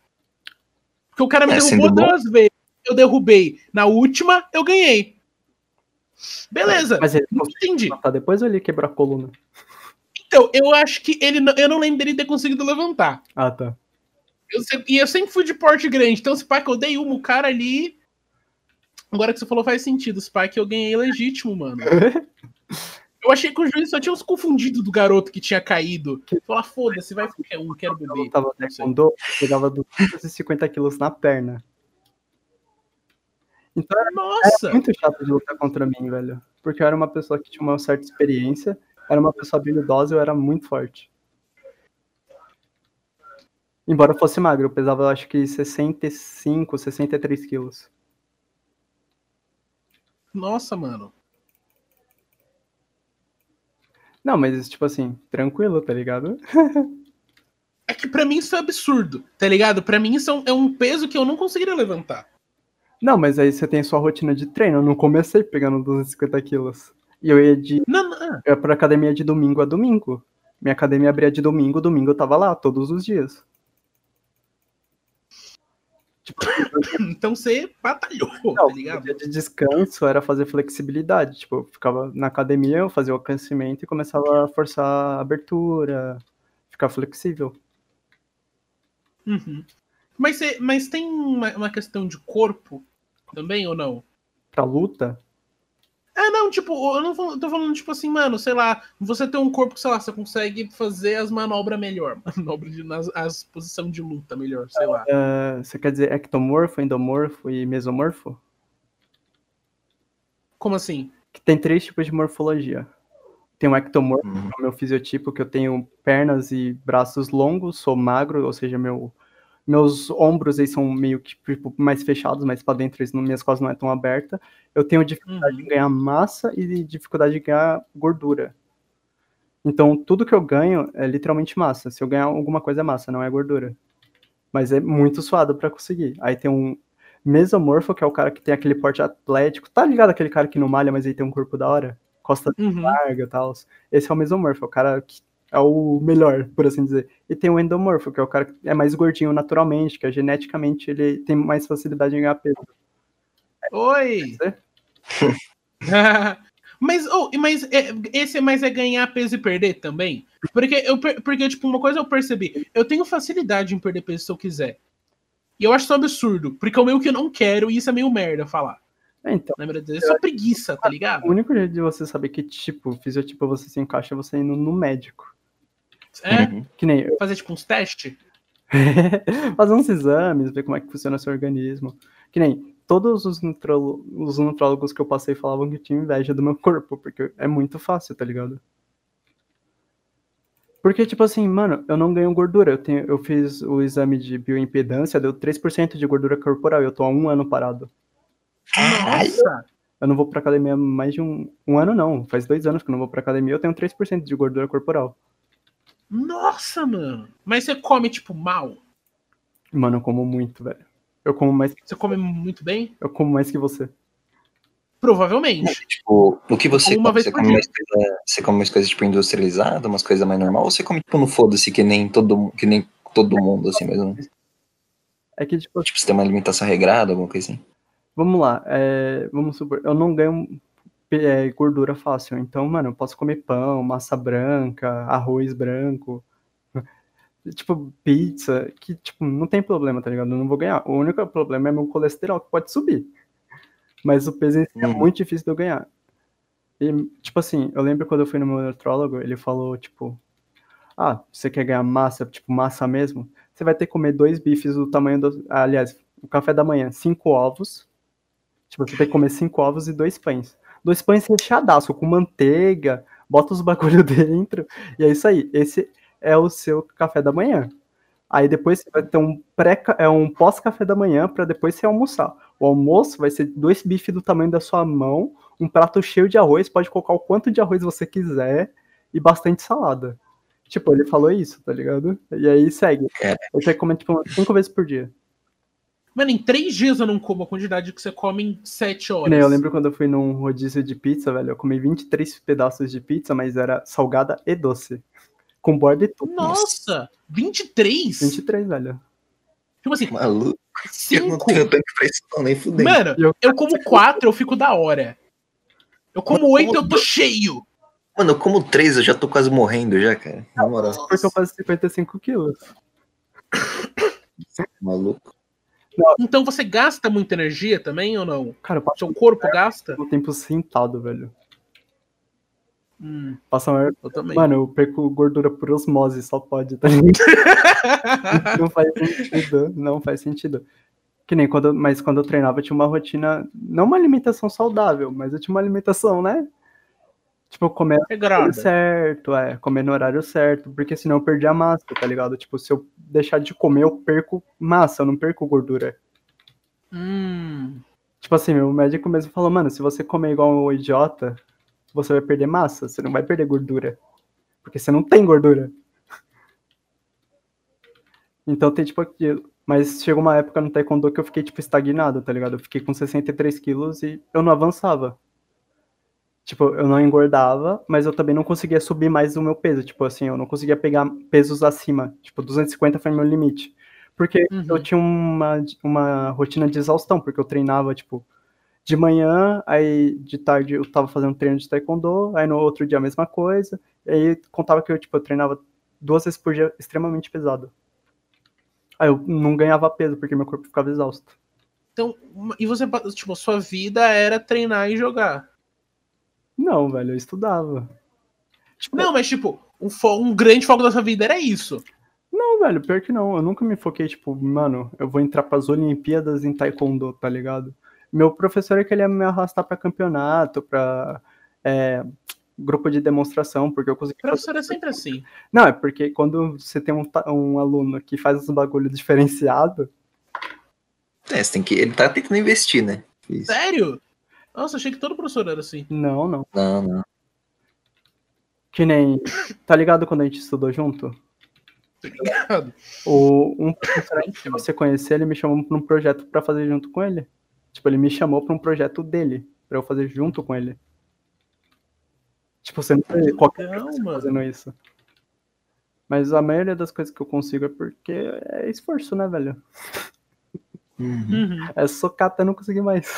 S1: Porque o cara me
S2: É,
S1: derrubou
S2: sendo bom.
S1: duas vezes. Eu derrubei. Na última, eu ganhei. Beleza.
S3: Mas ele
S1: Tá, Não
S3: conseguiu
S1: entendi.
S3: levantar depois ou ele quebrou a coluna?
S1: Então, eu acho que ele. não- Eu não lembro dele ter conseguido levantar.
S3: Ah, tá.
S1: Eu sempre- e eu sempre fui de porte grande, então se pá que eu dei uma, o cara ali. Agora que você falou faz sentido, se pá que eu ganhei legítimo, mano. Eu achei que o juiz só tinha uns confundidos do garoto que tinha caído. Falar, foda-se, vai qualquer um, quero
S3: Eu
S1: beber.
S3: lutava taekwondo, eu pegava 250 quilos na perna. Então
S1: Nossa!
S3: muito chato de lutar contra mim, velho. Porque eu era uma pessoa que tinha uma certa experiência, era uma pessoa habilidosa e eu era muito forte. Embora eu fosse magro, eu pesava eu acho que 65, 63 quilos.
S1: Nossa, mano.
S3: Não, mas tipo assim, tranquilo, tá ligado?
S1: É que pra mim isso é absurdo, tá ligado? Pra mim isso é um, é um peso que eu não conseguiria levantar.
S3: Não, mas aí você tem sua rotina de treino. Eu não comecei pegando 250 quilos. E eu ia de
S1: Não, não,
S3: eu ia pra academia de domingo a domingo. Minha academia abria de domingo, domingo eu tava lá, todos os dias.
S1: então você batalhou,
S3: Não,
S1: tá ligado?
S3: meu dia de descanso era fazer flexibilidade. Tipo, eu ficava na academia, eu fazia o aquecimento e começava a forçar a abertura, ficar flexível.
S1: Uhum. Mas, você, mas tem uma, uma questão de corpo também ou não?
S3: Pra luta,
S1: É, não, tipo, eu não vou- eu tô falando, tipo assim, mano, sei lá, você tem um corpo que, sei lá, você consegue fazer as manobras melhor. Manobra de. Nas, as posição de luta melhor, sei lá.
S3: eh, você quer dizer ectomorfo, endomorfo e mesomorfo?
S1: Como assim?
S3: Que tem três tipos de morfologia. Tem um ectomorfo,
S2: Uhum.
S3: que é o meu fisiotipo, que eu tenho pernas e braços longos, sou magro, ou seja, meu, meus ombros eles são meio que tipo, mais fechados, mais pra dentro, eles não- minhas costas não é tão aberta. Eu tenho de dificuldade em
S1: Uhum.
S3: ganhar massa e de dificuldade de ganhar gordura. Então, tudo que eu ganho é literalmente massa. Se eu ganhar alguma coisa é massa, não é gordura. Mas é muito suado pra conseguir. Aí tem um mesomorfo, que é o cara que tem aquele porte atlético. Tá ligado aquele cara que não malha, mas ele tem um corpo da hora? Costa
S1: Uhum.
S3: larga e tal. Esse é o mesomorfo, é o cara que é o melhor, por assim dizer. E tem o endomorfo, que é o cara que é mais gordinho naturalmente, que é geneticamente ele tem mais facilidade em ganhar peso.
S1: Oi! mas, oh, mas é, esse é mais é ganhar peso e perder também? Porque, eu, per- porque, tipo, uma coisa eu percebi, eu tenho facilidade em perder um peso se eu quiser. E eu acho isso um absurdo, porque eu meio que não quero, e isso é meio é merda falar.
S3: É, então,
S1: Lembra disso? Isso é preguiça, tá ligado?
S3: o único jeito de você saber que tipo, fisiotipo você se encaixa é você indo no médico.
S1: É,
S2: Uhum.
S3: Que nem eu.
S1: fazer tipo uns testes.
S3: Fazer uns exames, ver como é que funciona seu organismo. Que nem todos os, nutrolo- os nutrólogos que eu passei falavam que tinha inveja do meu corpo, porque é muito fácil, tá ligado? Porque, tipo assim, mano, eu não ganho gordura. Eu, tenho, eu fiz o exame de bioimpedância, deu 3% de gordura corporal e eu tô há um ano parado.
S2: Caralho.
S1: Nossa!
S3: Eu não vou pra academia há mais de um, um ano, não. Faz dois anos que eu não vou pra academia, eu tenho 3% de gordura corporal.
S1: Nossa, mano! Mas você come, tipo, mal?
S3: Mano, eu como muito, velho. Eu como mais,
S1: Você come muito bem?
S3: eu como mais que você.
S1: Provavelmente.
S2: Tipo, o que você
S1: Uma
S2: come?
S1: vez
S2: Você
S1: por
S2: come,
S1: dia.
S2: umas coisa- você come umas coisas tipo industrializadas, umas coisas mais normal, ou você come tipo no foda-se que nem todo mu- que nem todo mundo assim mesmo?
S3: É que, tipo,
S2: Tipo, você tem uma alimentação regrada, alguma coisa assim?
S3: Vamos lá, é, vamos supor, eu não ganho é, gordura fácil, então, mano, eu posso comer pão, massa branca, arroz branco, tipo, pizza, que, tipo, não tem problema, tá ligado? Eu não vou ganhar. O único problema é meu colesterol, que pode subir. Mas o peso em si é
S2: Uhum.
S3: muito difícil de eu ganhar. E, tipo assim, eu lembro quando eu fui no meu nutrólogo, ele falou, tipo, ah, você quer ganhar massa, tipo, massa mesmo? Você vai ter que comer dois bifes do tamanho do... ah, aliás, o café da manhã, cinco ovos. Tipo, você tem que comer cinco ovos e dois pães. Dois pães recheadaço, com manteiga, bota os bagulho dentro. E é isso aí. Esse é o seu café da manhã. Aí depois você vai ter um pré é um pós-café da manhã para depois você almoçar. O almoço vai ser dois bifes do tamanho da sua mão, um prato cheio de arroz, pode colocar o quanto de arroz você quiser e bastante salada. Tipo, ele falou isso, tá ligado? E aí segue.
S2: É.
S3: Você come tipo umas cinco vezes por dia.
S1: Mano, em três dias eu não como a quantidade que você come em sete
S3: Que
S1: horas.
S3: nem Eu lembro quando eu fui num rodízio de pizza, velho. Eu comi 23 pedaços de pizza, mas era salgada e doce. Com borda e tudo.
S1: Nossa! 23?
S3: 23, velho.
S1: Tipo assim,
S2: Maluco, eu não
S1: 5.
S2: tenho tanque pra isso não, nem fudei.
S1: Mano,
S3: Eu-
S1: eu como quatro, eu fico da hora. Eu como oito, eu tô cheio.
S2: Mano, eu como três, eu já tô quase morrendo já, cara. Na moral, tá
S3: Porque eu faço 55 quilos.
S2: maluco.
S1: Então você gasta muita energia também ou não?
S3: Cara, eu passo
S1: Seu corpo gasta?
S3: o tempo sentado, velho.
S1: Hum,
S3: Passa a maior...
S1: eu também.
S3: Mano, eu perco gordura por osmose, só pode, tá ligado? não faz sentido, não faz sentido. Que nem quando, eu- mas quando eu treinava, eu tinha uma rotina, não uma alimentação saudável, mas eu tinha uma alimentação, né? Tipo, eu comia
S1: É
S3: horário
S1: grave.
S3: certo, é, comer no horário certo, porque senão eu perdi a massa, tá ligado? Tipo, se eu deixar de comer, eu perco massa, eu não perco gordura.
S1: Hum,
S3: Tipo assim, meu médico mesmo falou, mano, se você comer igual um idiota, você vai perder massa, você não vai perder gordura. Porque você não tem gordura. Então tem tipo aquilo. Mas chegou uma época no taekwondo que eu fiquei tipo estagnado, tá ligado? Eu fiquei com 63 quilos e eu não avançava. Tipo, eu não engordava, mas eu também não conseguia subir mais o meu peso. Tipo assim, eu não conseguia pegar pesos acima. Tipo, 250 foi meu limite. Porque
S1: Uhum.
S3: eu tinha uma, uma rotina de exaustão, porque eu treinava, tipo, de manhã, aí de tarde eu tava fazendo treino de taekwondo, aí no outro dia a mesma coisa. E aí contava que eu, tipo, eu treinava duas vezes por dia extremamente pesado. Aí eu não ganhava peso, porque meu corpo ficava exausto.
S1: então, uma- e você, tipo, sua vida era treinar e jogar.
S3: Não, velho, eu estudava. Tipo,
S1: Não, mas tipo, um, fo- um grande foco da sua vida era isso.
S3: Não, velho, pior que não. Eu nunca me foquei, tipo, mano, eu vou entrar pras Olimpíadas em Taekwondo, tá ligado? Meu professor é que ele ia me arrastar pra campeonato, pra é, grupo de demonstração, porque eu consegui.
S1: O professor é sempre assim.
S3: Não, é porque quando você tem um, ta- um aluno que faz os bagulho diferenciado,
S2: É, você tem que. Ele tá tentando investir, né? Isso.
S3: É.
S1: Sério? Nossa, achei que todo professor era assim.
S3: não, não.
S2: Não, não.
S3: Que nem. Tá ligado quando a gente estudou junto?
S1: Tá ligado?
S3: O, um professor aí que você conhecer, ele me chamou pra um projeto pra fazer junto com ele. Tipo, ele me chamou pra um projeto dele, pra eu fazer junto com ele. Tipo, você não vê qualquer
S1: Legal,
S3: professor
S1: mano.
S3: fazendo isso. Mas a maioria das coisas que eu consigo é porque é esforço, né, velho?
S2: Uhum.
S1: Uhum.
S3: É socar até não conseguir mais.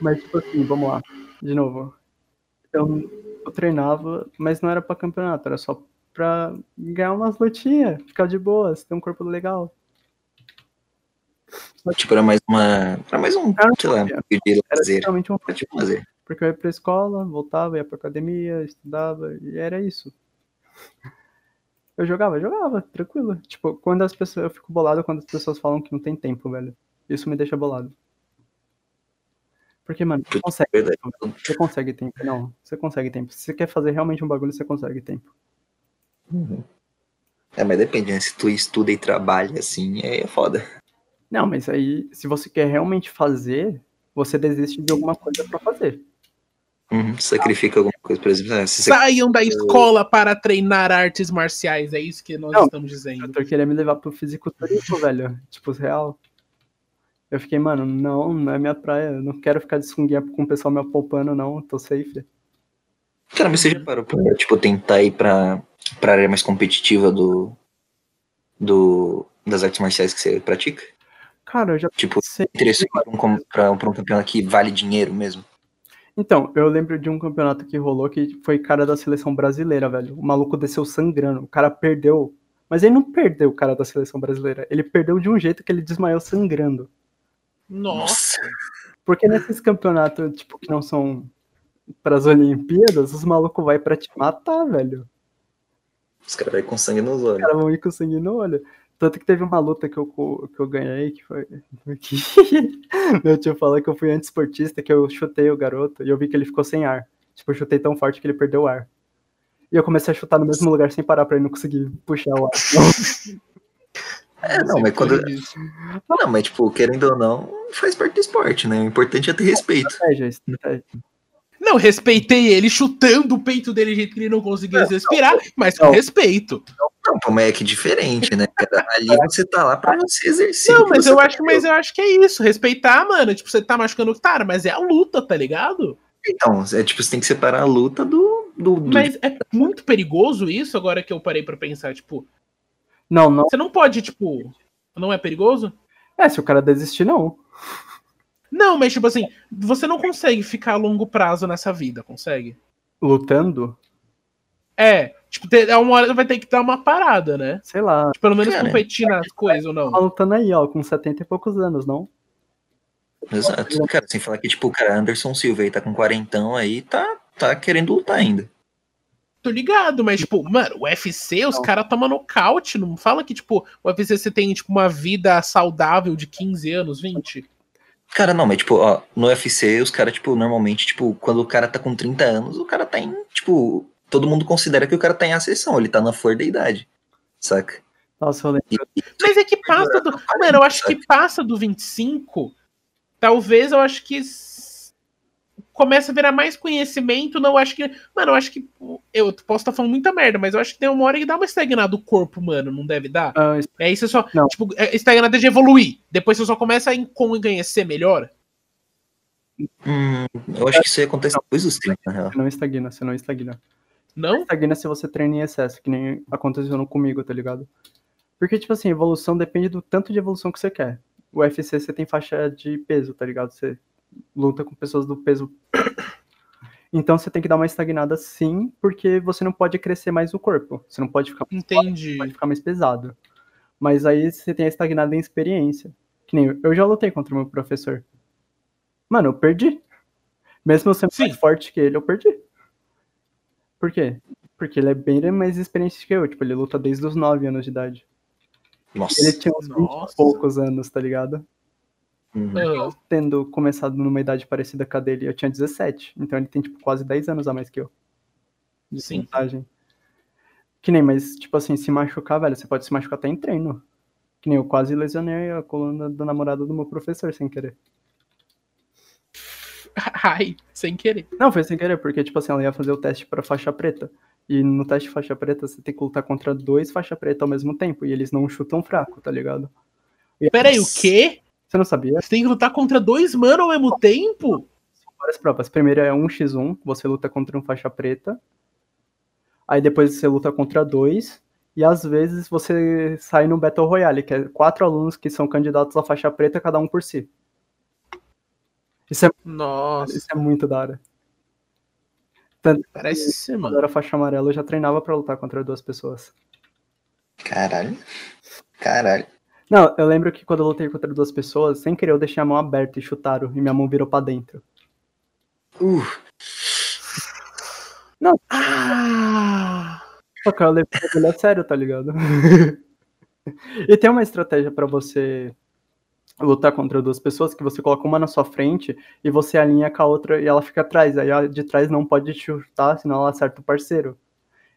S3: mas, tipo assim, vamos lá. De novo. Eu, eu treinava, mas não era pra campeonato, era só pra ganhar umas lutinhas, ficar de boas, ter um corpo legal.
S2: Tipo, era mais uma. Era mais um,
S3: Era um
S2: sei lá,
S3: passeio.
S2: de
S3: Era
S2: lazer.
S3: literalmente um
S2: Era tipo um lazer.
S3: Porque eu ia pra escola, voltava, ia pra academia, estudava, e era isso. Eu jogava, jogava, tranquilo. Tipo, quando as pessoas. Eu fico bolado quando as pessoas falam que não tem tempo, velho. Isso me deixa bolado. Porque, mano, você
S2: Putz,
S3: consegue.
S2: verdade.
S3: tempo, Você consegue tempo. Não, você consegue tempo. Se você quer fazer realmente um bagulho, você consegue tempo.
S2: É, mas depende, né? Se tu estuda e trabalha assim, aí é foda.
S3: Não, mas aí, se você quer realmente fazer, você desiste de alguma coisa pra fazer.
S2: Uhum, sacrifica alguma coisa, por exemplo. ah, Se você
S1: Saiam da escola para treinar artes marciais, é isso que nós
S3: Não.
S1: estamos dizendo.
S3: Doutor queria me levar pro fisiculturismo, velho. Tipo, real. Eu fiquei, mano, não, não é minha praia. Eu não quero ficar de sunguinha com o pessoal me apalpando, não. Tô safe.
S2: Cara, mas você já parou pra, tipo, tentar ir pra, pra área mais competitiva do, do, das artes marciais que você pratica?
S3: Cara, eu já
S2: Tipo,
S3: pensei.
S2: interessou pra um, com- pra, um- pra um campeonato que vale dinheiro mesmo?
S3: Então, eu lembro de um campeonato que rolou que foi cara da seleção brasileira, velho. O maluco desceu sangrando. O cara perdeu. Mas ele não perdeu o cara da seleção brasileira. Ele perdeu de um jeito que ele desmaiou sangrando.
S1: Nossa.
S3: Porque nesses campeonatos, tipo, que não são pras Olimpíadas, os malucos vai pra te matar, velho.
S2: Os caras vai com sangue nos
S3: Os
S2: olhos.
S3: caras vão ir com sangue no olho. Tanto que teve uma luta que eu, co- que eu ganhei, que foi. que meu tio falou que eu fui antiesportista, que eu chutei o garoto e eu vi que ele ficou sem ar. Tipo, eu chutei tão forte que ele perdeu o ar. E eu comecei a chutar no mesmo lugar sem parar pra ele não conseguir puxar o ar.
S2: É, não, mas quando. Não, mas, tipo, querendo ou não, faz parte do esporte, né? O importante é ter respeito.
S3: Estratégia, estratégia.
S1: Não, respeitei ele chutando o peito dele de jeito que ele não conseguia respirar, mas com
S3: não.
S1: respeito.
S2: Não, pô, mas é que é diferente, né? cara? Ali você tá lá pra você exercer.
S1: não,
S2: o que
S1: mas
S2: você
S1: eu,
S2: tá
S1: acho, mas eu acho que é isso. Respeitar, mano. Tipo, você tá machucando o cara, mas é a luta, tá ligado?
S2: Então, é tipo, você tem que separar a luta do. do, do-
S1: Mas é muito perigoso isso, agora que eu parei pra pensar. Tipo,
S3: Não, não.
S1: você não pode, tipo. Não é perigoso?
S3: É, se o cara desistir, não.
S1: Não, mas tipo assim, você não consegue ficar a longo prazo nessa vida, consegue?
S3: Lutando,
S1: É. Tipo, ter- é uma hora vai ter que dar uma parada, né?
S3: sei lá.
S1: Tipo, pelo menos
S2: Cara,
S1: competir nas coisas ou não.
S3: Tá lutando aí, ó, com 70 e poucos anos, não?
S2: Exato. Cara, sem falar que, tipo, o cara Anderson Silva aí tá com quarentão aí, tá, tá querendo lutar ainda.
S1: Tô ligado, mas, tipo, mano, o UFC, os
S3: Não.
S1: caras tomam nocaute. Não fala que, tipo, o UFC você tem, tipo, uma vida saudável de 15 anos, 20.
S2: Cara, não, mas, tipo, ó, no UFC, os caras, tipo, normalmente, tipo, quando o cara tá com 30 anos, o cara tá em, tipo, todo mundo considera que o cara tá em ascensão, ele tá na flor da idade, saca? Tá
S3: Nossa, eu lembro.
S2: E, e-
S1: Mas é que passa do. Mano, eu acho que passa do 25. Talvez eu acho que. s- Começa a virar mais conhecimento. Não, eu acho que. Mano, eu acho que. Eu posso estar falando muita merda, mas eu acho que tem uma hora que dá uma estagnada do corpo, mano. Não deve dar?
S3: Ah, isso-
S1: É isso só.
S3: Não.
S1: Tipo, é- estagnada de evoluir. Depois você só começa a en- conhecer melhor.
S2: Hum, eu acho que isso aí acontece depois dos 30, na real.
S3: você não estagna, você não estagna.
S1: Não?
S3: estagna se você treina em excesso, que nem aconteceu no comigo, tá ligado? Porque, tipo assim, evolução depende do tanto de evolução que você quer. O UFC você tem faixa de peso, tá ligado? Você luta com pessoas do peso. Então você tem que dar uma estagnada sim, porque você não pode crescer mais o corpo. Você não pode ficar,
S1: Entendi.
S3: pode ficar mais pesado. Mas aí você tem a estagnada em experiência. Que nem eu, eu já lutei contra o meu professor. Mano, eu perdi. Mesmo eu sendo
S1: Sim.
S3: mais forte que ele, eu perdi. Por quê? Porque ele é bem mais experiente que eu. Tipo, ele luta desde os 9 anos de idade.
S2: Nossa.
S3: Ele tinha uns 20
S1: Nossa.
S3: e poucos anos, tá ligado?
S2: Uhum.
S3: É.
S1: Ah,
S3: Tendo começado numa idade parecida com a dele, eu tinha 17. Então ele tem, tipo, quase 10 anos a mais que eu. De
S1: Sim.
S3: vantagem. Que nem, mas, tipo assim, se machucar, velho, você pode se machucar até em treino. Que nem eu quase lesionei a coluna do namorado do meu professor, sem querer.
S1: Ai, sem querer.
S3: Não, foi sem querer, porque, tipo assim, ela ia fazer o teste pra faixa preta. E no teste de faixa preta, você tem que lutar contra dois faixa preta ao mesmo tempo. E eles não chutam fraco, tá ligado? E-
S1: Peraí, o
S2: Nossa.
S1: quê?
S3: Você não sabia?
S1: Você tem que lutar contra dois mano ao mesmo tempo?
S3: várias provas. Primeiro é 1x1, você luta contra um faixa preta. Aí depois você luta contra dois. E às vezes você sai no Battle Royale, que é quatro alunos que são candidatos à faixa preta, cada um por si. Isso é,
S1: Nossa,
S3: isso é muito da hora.
S1: parece ser,
S3: Quando
S1: mano.
S3: eu era faixa amarela, eu já treinava pra lutar contra duas pessoas.
S2: Caralho. Caralho.
S3: Não, eu lembro que quando eu lutei contra duas pessoas, sem querer eu deixei a mão aberta e chutaram, e minha mão virou pra dentro.
S2: Uh,
S3: Não,
S1: Ah!
S3: Pô, cara, eu levei o bagulho a sério, tá ligado? e tem uma estratégia pra você lutar contra duas pessoas que você coloca uma na sua frente e você alinha com a outra e ela fica atrás. Aí a de trás não pode te chutar, senão ela acerta o parceiro.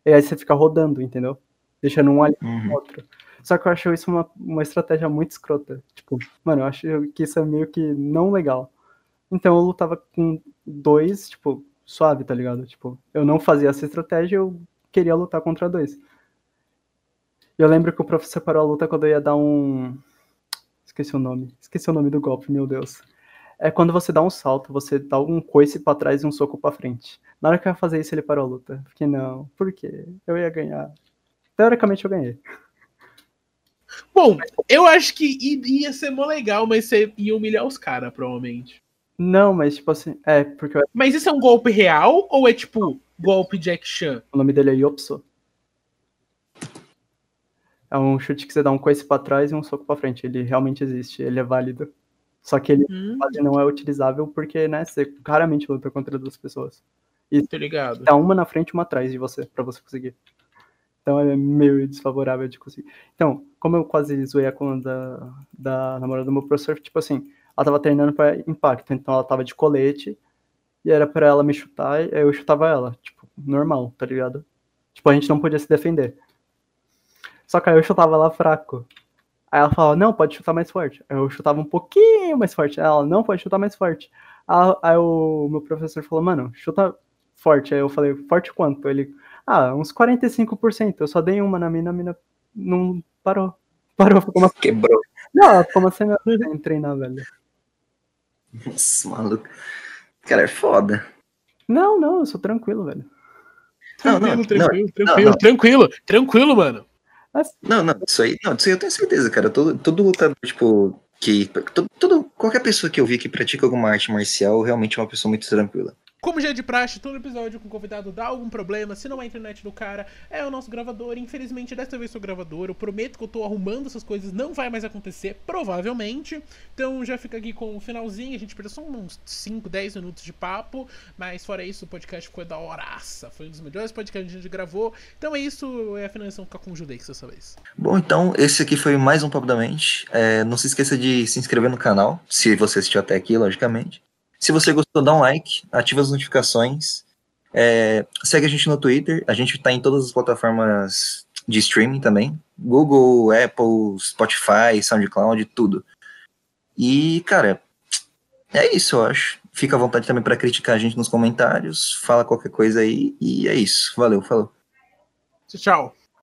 S3: E aí você fica rodando, entendeu? Deixando um alinhado com
S2: uhum.
S3: o outro. Só que eu acho isso uma, uma estratégia muito escrota. Tipo, mano, eu acho que isso é meio que não legal. Então eu lutava com dois, tipo, suave, tá ligado? Tipo, eu não fazia essa estratégia, eu queria lutar contra dois. E Eu lembro que o prof separou a luta quando eu ia dar um. Esqueci o nome. Esqueci o nome do golpe, meu Deus. É quando você dá um salto, você dá um coice pra trás e um soco pra frente. Na hora que eu ia fazer isso, ele parou a luta. Porque não, por quê? Eu ia ganhar. Teoricamente eu ganhei.
S1: Bom, eu acho que i- ia ser mó legal, mas você ia humilhar os caras, provavelmente.
S3: Não, mas tipo assim, é, porque o
S1: Mas isso é um golpe real ou é tipo golpe Jack Chan?
S3: nome dele é Yopso. É um chute que você dá um coice pra trás e um soco pra frente. Ele realmente existe, ele é válido. Só que ele
S1: Hum,
S3: quase não é utilizável porque, né, você raramente luta contra duas pessoas.
S1: tô ligado.
S3: Tá uma na frente e uma atrás de você, pra você conseguir. Então é meio desfavorável de conseguir. Então, como eu quase zoei a coluna da, da namorada do meu professor, tipo assim, ela tava treinando pra impacto, então ela tava de colete, e era pra ela me chutar, e aí eu chutava ela, tipo, normal, tá ligado? Tipo, a gente não podia se defender. Só que aí eu chutava ela fraco. Aí ela falava, não, pode chutar mais forte. Aí eu chutava um pouquinho mais forte. Aí Ela, não, pode chutar mais forte. Aí, aí o meu professor falou, mano, chuta forte. Aí eu falei, forte quanto? Ele, ah, uns 45%. Eu só dei uma na mina, a mina não parou. Parou, assim, ficou uma...
S2: quebrou.
S3: Não, ela ficou uma semana sem treinar, velho.
S2: Nossa, maluco. Cara, é foda.
S3: Não, não, eu sou tranquilo, velho. Tá
S2: Não, não,
S1: Tranquilo, tranquilo,
S2: não,
S1: tranquilo,
S2: não.
S1: tranquilo, tranquilo, mano.
S3: Mas,
S2: Não, não, isso aí, não, isso aí eu tenho certeza, cara. Todo, todo lutador, tipo, que. Todo, todo- qualquer pessoa que eu vi que pratica alguma arte marcial realmente é uma pessoa muito tranquila.
S1: Como já é de praxe, todo episódio com o convidado dá algum problema, se não é a internet do cara, é o nosso gravador. Infelizmente, dessa vez sou gravador. Eu prometo que eu tô arrumando essas coisas, não vai mais acontecer, provavelmente. Então já fica aqui com o finalzinho, a gente perdeu só uns 5, 10 minutos de papo, mas fora isso, o podcast ficou da horaça. Foi um dos melhores podcasts que a gente gravou. Então é isso, é a finalização ficar com o Judex dessa vez.
S2: Bom, então, esse aqui foi mais um Papo da Mente. É, não se esqueça de se inscrever no canal, se você assistiu até aqui, logicamente. Se você gostou, dá um like, ativa as notificações, é, segue a gente no Twitter, a gente tá em todas as plataformas de streaming também. Google, Apple, Spotify, SoundCloud, tudo. E, cara, é isso, eu acho. Fica à vontade também para criticar a gente nos comentários, fala qualquer coisa aí, e é isso. Valeu, falou.
S1: Tchau, Tchau.